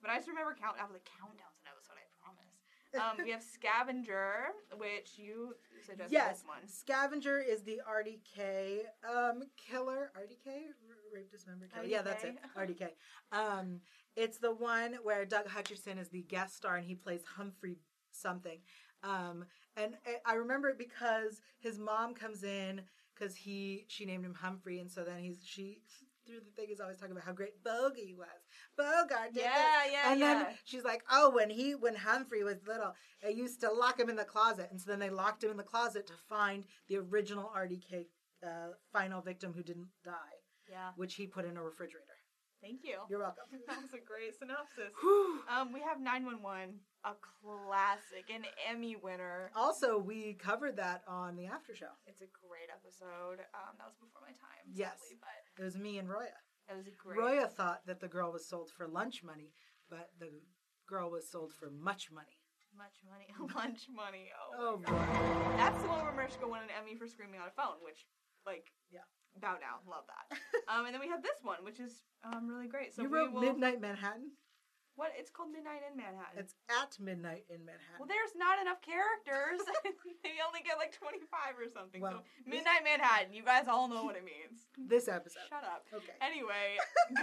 [SPEAKER 4] But I just remember Countdown. I was like, Countdown's an episode, I promise. Um, we have Scavenger, which you suggested
[SPEAKER 2] Yes.
[SPEAKER 4] this one.
[SPEAKER 2] Scavenger is the RDK um, killer. RDK? R- rape, dismember, killer. Yeah, that's it. RDK. Um, it's the one where Doug Hutcherson is the guest star and he plays Humphrey something. Um, and I- I remember it because his mom comes in because he she named him Humphrey, and so then he's she through the thing is always talking about how great Bogey was. Bogart did
[SPEAKER 4] Yeah,
[SPEAKER 2] this.
[SPEAKER 4] yeah,
[SPEAKER 2] and then
[SPEAKER 4] yeah.
[SPEAKER 2] she's like, oh, when he when Humphrey was little, they used to lock him in the closet, and so then they locked him in the closet to find the original RDK uh, final victim who didn't die,
[SPEAKER 4] Yeah.
[SPEAKER 2] which he put in a refrigerator.
[SPEAKER 4] Thank you.
[SPEAKER 2] You're welcome.
[SPEAKER 4] That was a great synopsis.
[SPEAKER 2] Whew.
[SPEAKER 4] Um, we have 911, a classic, an Emmy winner.
[SPEAKER 2] Also, we covered that on the after show.
[SPEAKER 4] It's a great episode. Um, that was before my time.
[SPEAKER 2] Yes.
[SPEAKER 4] sadly, but
[SPEAKER 2] It was me and Roya.
[SPEAKER 4] it was a great.
[SPEAKER 2] Roya thought that the girl was sold for lunch money, but the girl was sold for much money.
[SPEAKER 4] Much money. [LAUGHS] Lunch money. Oh.
[SPEAKER 2] Oh, Roya.
[SPEAKER 4] That's the one where Mariska won an Emmy for screaming on a phone, which, like,
[SPEAKER 2] Yeah.
[SPEAKER 4] bow down. [LAUGHS] Love that. um, and then we have this one, which is um, really great. So
[SPEAKER 2] you
[SPEAKER 4] we
[SPEAKER 2] wrote
[SPEAKER 4] will.
[SPEAKER 2] Midnight Manhattan.
[SPEAKER 4] What? It's called Midnight in Manhattan.
[SPEAKER 2] It's at midnight in Manhattan.
[SPEAKER 4] well, there's not enough [LAUGHS] characters. they only get like 25 or something.
[SPEAKER 2] Well,
[SPEAKER 4] so Midnight Manhattan. You guys all know what it [LAUGHS] means.
[SPEAKER 2] this episode.
[SPEAKER 4] Shut up.
[SPEAKER 2] Okay.
[SPEAKER 4] [LAUGHS] Anyway,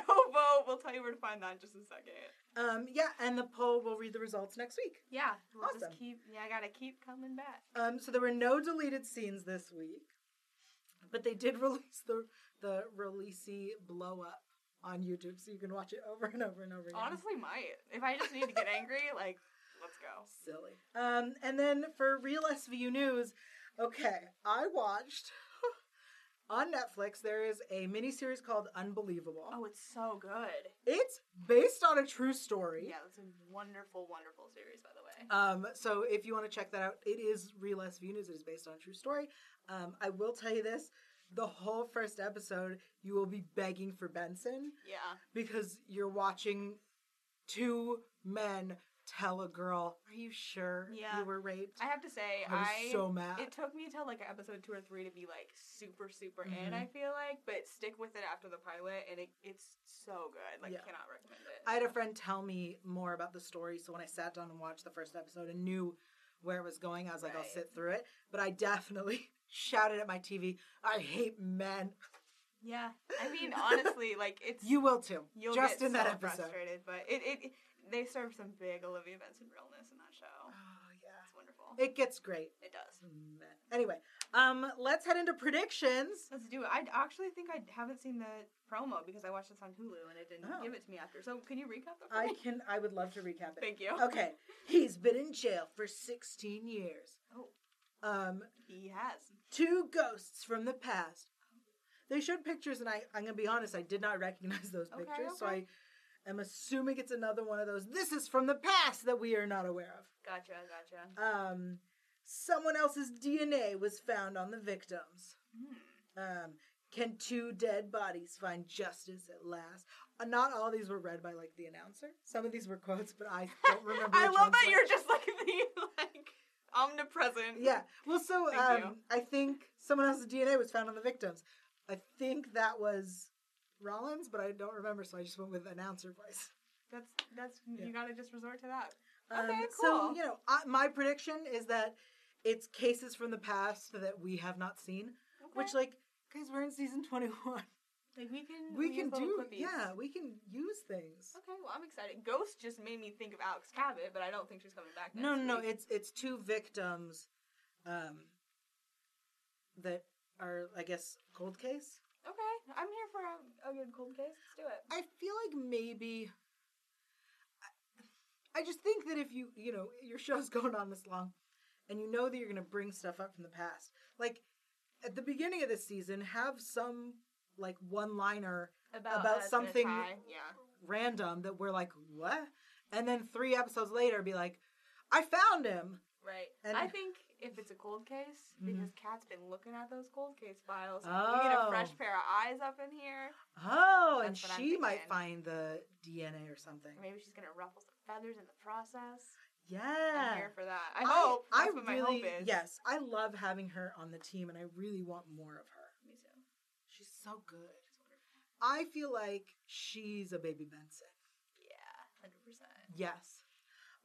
[SPEAKER 4] go vote. We'll tell you where to find that in just a second.
[SPEAKER 2] Um, yeah, and the poll. We'll read the results next week.
[SPEAKER 4] Yeah. We'll
[SPEAKER 2] Awesome.
[SPEAKER 4] just keep. Yeah, I gotta keep coming back.
[SPEAKER 2] Um, so there were no deleted scenes this week, but they did [LAUGHS] release the the releasey blow up on YouTube, so you can watch it over and over and over again.
[SPEAKER 4] Honestly, might. If I just need to get [LAUGHS] angry, like, let's go.
[SPEAKER 2] silly. Um, and then for real SVU news, okay, I watched [LAUGHS] on Netflix. There is a miniseries called Unbelievable.
[SPEAKER 4] Oh, it's so good.
[SPEAKER 2] It's based on a true story.
[SPEAKER 4] Yeah, it's a wonderful, wonderful series, by the way.
[SPEAKER 2] Um, so if you want to check that out, it is Real SVU News. It is based on a true story. Um, I will tell you this. The whole first episode, you will be begging for Benson
[SPEAKER 4] Yeah.
[SPEAKER 2] because you're watching two men tell a girl, Are you sure
[SPEAKER 4] Yeah.
[SPEAKER 2] you were raped?
[SPEAKER 4] I have to say,
[SPEAKER 2] I was
[SPEAKER 4] I.
[SPEAKER 2] so mad.
[SPEAKER 4] It took me till like episode two or three to be like super, super in,
[SPEAKER 2] Mm-hmm.
[SPEAKER 4] I feel like, but stick with it after the pilot, and it, it's so good. Like,
[SPEAKER 2] Yeah.
[SPEAKER 4] cannot recommend it.
[SPEAKER 2] I had a friend tell me more about the story, so when I sat down and watched the first episode and knew where it was going, I was like, I'll
[SPEAKER 4] Right.
[SPEAKER 2] sit through it. But I definitely [LAUGHS] shouted at my TV, I hate men.
[SPEAKER 4] yeah. I
[SPEAKER 2] [LAUGHS]
[SPEAKER 4] mean, honestly, like, it's.
[SPEAKER 2] You will too.
[SPEAKER 4] You'll
[SPEAKER 2] just
[SPEAKER 4] get
[SPEAKER 2] in that
[SPEAKER 4] so
[SPEAKER 2] episode.
[SPEAKER 4] frustrated, but it, it, they serve some big Olivia Benson realness in that show.
[SPEAKER 2] Oh yeah.
[SPEAKER 4] It's wonderful.
[SPEAKER 2] It gets great.
[SPEAKER 4] it does.
[SPEAKER 2] Anyway, um, let's head into predictions.
[SPEAKER 4] Let's do it. I actually think I haven't seen the promo because I watched this on Hulu and it didn't
[SPEAKER 2] Oh.
[SPEAKER 4] give it to me after. So can you recap that? for
[SPEAKER 2] I [LAUGHS]
[SPEAKER 4] [LAUGHS] me?
[SPEAKER 2] can. I would love to recap it.
[SPEAKER 4] Thank you.
[SPEAKER 2] Okay, he's been in jail for 16 years.
[SPEAKER 4] Oh.
[SPEAKER 2] Um,
[SPEAKER 4] He has.
[SPEAKER 2] two ghosts from the past. They showed pictures, and I, I'm gonna be honest, I did not recognize those
[SPEAKER 4] Okay,
[SPEAKER 2] pictures. So I
[SPEAKER 4] okay.
[SPEAKER 2] am assuming it's another one of those. This is from the past that we are not aware of.
[SPEAKER 4] Gotcha. Gotcha.
[SPEAKER 2] Um, someone else's DNA was found on the victims.
[SPEAKER 4] Hmm.
[SPEAKER 2] Um, can two dead bodies find justice at last? Uh, not all these were read by like the announcer. Some of these were quotes, but I
[SPEAKER 4] [LAUGHS]
[SPEAKER 2] don't remember.
[SPEAKER 4] I
[SPEAKER 2] which
[SPEAKER 4] love
[SPEAKER 2] ones
[SPEAKER 4] that
[SPEAKER 2] were.
[SPEAKER 4] you're just like [LAUGHS] the like omnipresent.
[SPEAKER 2] [LAUGHS] Yeah. Well, so
[SPEAKER 4] Thank
[SPEAKER 2] um,
[SPEAKER 4] you.
[SPEAKER 2] I think someone else's DNA was found on the victims. I think that was Rollins, but I don't remember, so I just went with announcer voice.
[SPEAKER 4] That's that's
[SPEAKER 2] Yeah.
[SPEAKER 4] you gotta just resort to that.
[SPEAKER 2] Um,
[SPEAKER 4] Okay,
[SPEAKER 2] So
[SPEAKER 4] cool.
[SPEAKER 2] you know, I, my prediction is that it's cases from the past that we have not seen, which like because we're in season twenty [LAUGHS] one,
[SPEAKER 4] Like we can
[SPEAKER 2] we
[SPEAKER 4] use
[SPEAKER 2] can
[SPEAKER 4] little
[SPEAKER 2] do
[SPEAKER 4] clippies.
[SPEAKER 2] yeah, we can use things.
[SPEAKER 4] Okay, well I'm excited. Ghost just made me think of Alex Cabot, but I don't think she's coming back. Next
[SPEAKER 2] No, no, no.
[SPEAKER 4] week.
[SPEAKER 2] It's it's two victims, um, that are I guess cold case.
[SPEAKER 4] okay. I'm here for a, a good cold case. Let's do it.
[SPEAKER 2] I feel like maybe. I just think that if you, you know, your show's [LAUGHS] going on this long and you know that you're going to bring stuff up from the past, like at the beginning of the season, have some like one liner
[SPEAKER 4] About,
[SPEAKER 2] About
[SPEAKER 4] us and a
[SPEAKER 2] something-
[SPEAKER 4] tie. Yeah.
[SPEAKER 2] random that we're like, what? And then three episodes later, be like, I found him.
[SPEAKER 4] Right.
[SPEAKER 2] And- Mm-hmm.
[SPEAKER 4] I think if it's a cold case, because Kat's been looking at those cold case files, we need
[SPEAKER 2] Oh.
[SPEAKER 4] a fresh pair of eyes up in here.
[SPEAKER 2] Oh, and
[SPEAKER 4] That's what I'm
[SPEAKER 2] she might
[SPEAKER 4] thinking.
[SPEAKER 2] find the DNA or something.
[SPEAKER 4] Maybe she's gonna ruffle some feathers in the process. I'm
[SPEAKER 2] Yeah. Oh,
[SPEAKER 4] here for that. I, hope. That's what my hope is.
[SPEAKER 2] Yes, I love having her on the team and I really want more of her.
[SPEAKER 4] Me too.
[SPEAKER 2] She's so good. I feel like she's a baby Benson.
[SPEAKER 4] Yeah, hundred percent.
[SPEAKER 2] Yes.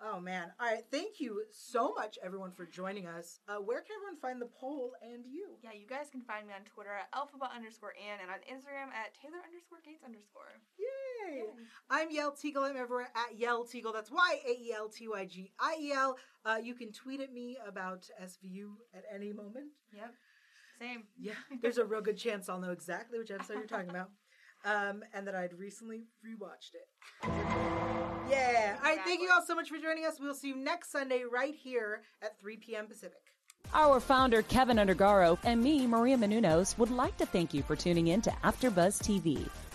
[SPEAKER 2] Oh man. All right. Thank you so much, everyone, for joining us. Uh, where can everyone find the poll and you?
[SPEAKER 4] Yeah, you guys can find me on Twitter at alphabet underscore Ann and on Instagram at Taylor underscore Gates underscore.
[SPEAKER 2] Yay! I'm Yell Teagle. I'm everywhere at Yell Teagle. That's Y A E L T Y G I E L. Uh, you can tweet at me about SVU at any moment.
[SPEAKER 4] Yep. Same.
[SPEAKER 2] Yeah, there's a real good chance I'll know exactly which episode you're talking about. Um, and that I'd recently rewatched it. Yeah. All right. Thank
[SPEAKER 4] Exactly.
[SPEAKER 2] you all so much for joining us. We'll see you next Sunday right here at 3 p.m. Pacific.
[SPEAKER 5] Our founder, Kevin Undergaro, and me, Maria Menounos, would like to thank you for tuning in to AfterBuzz TV.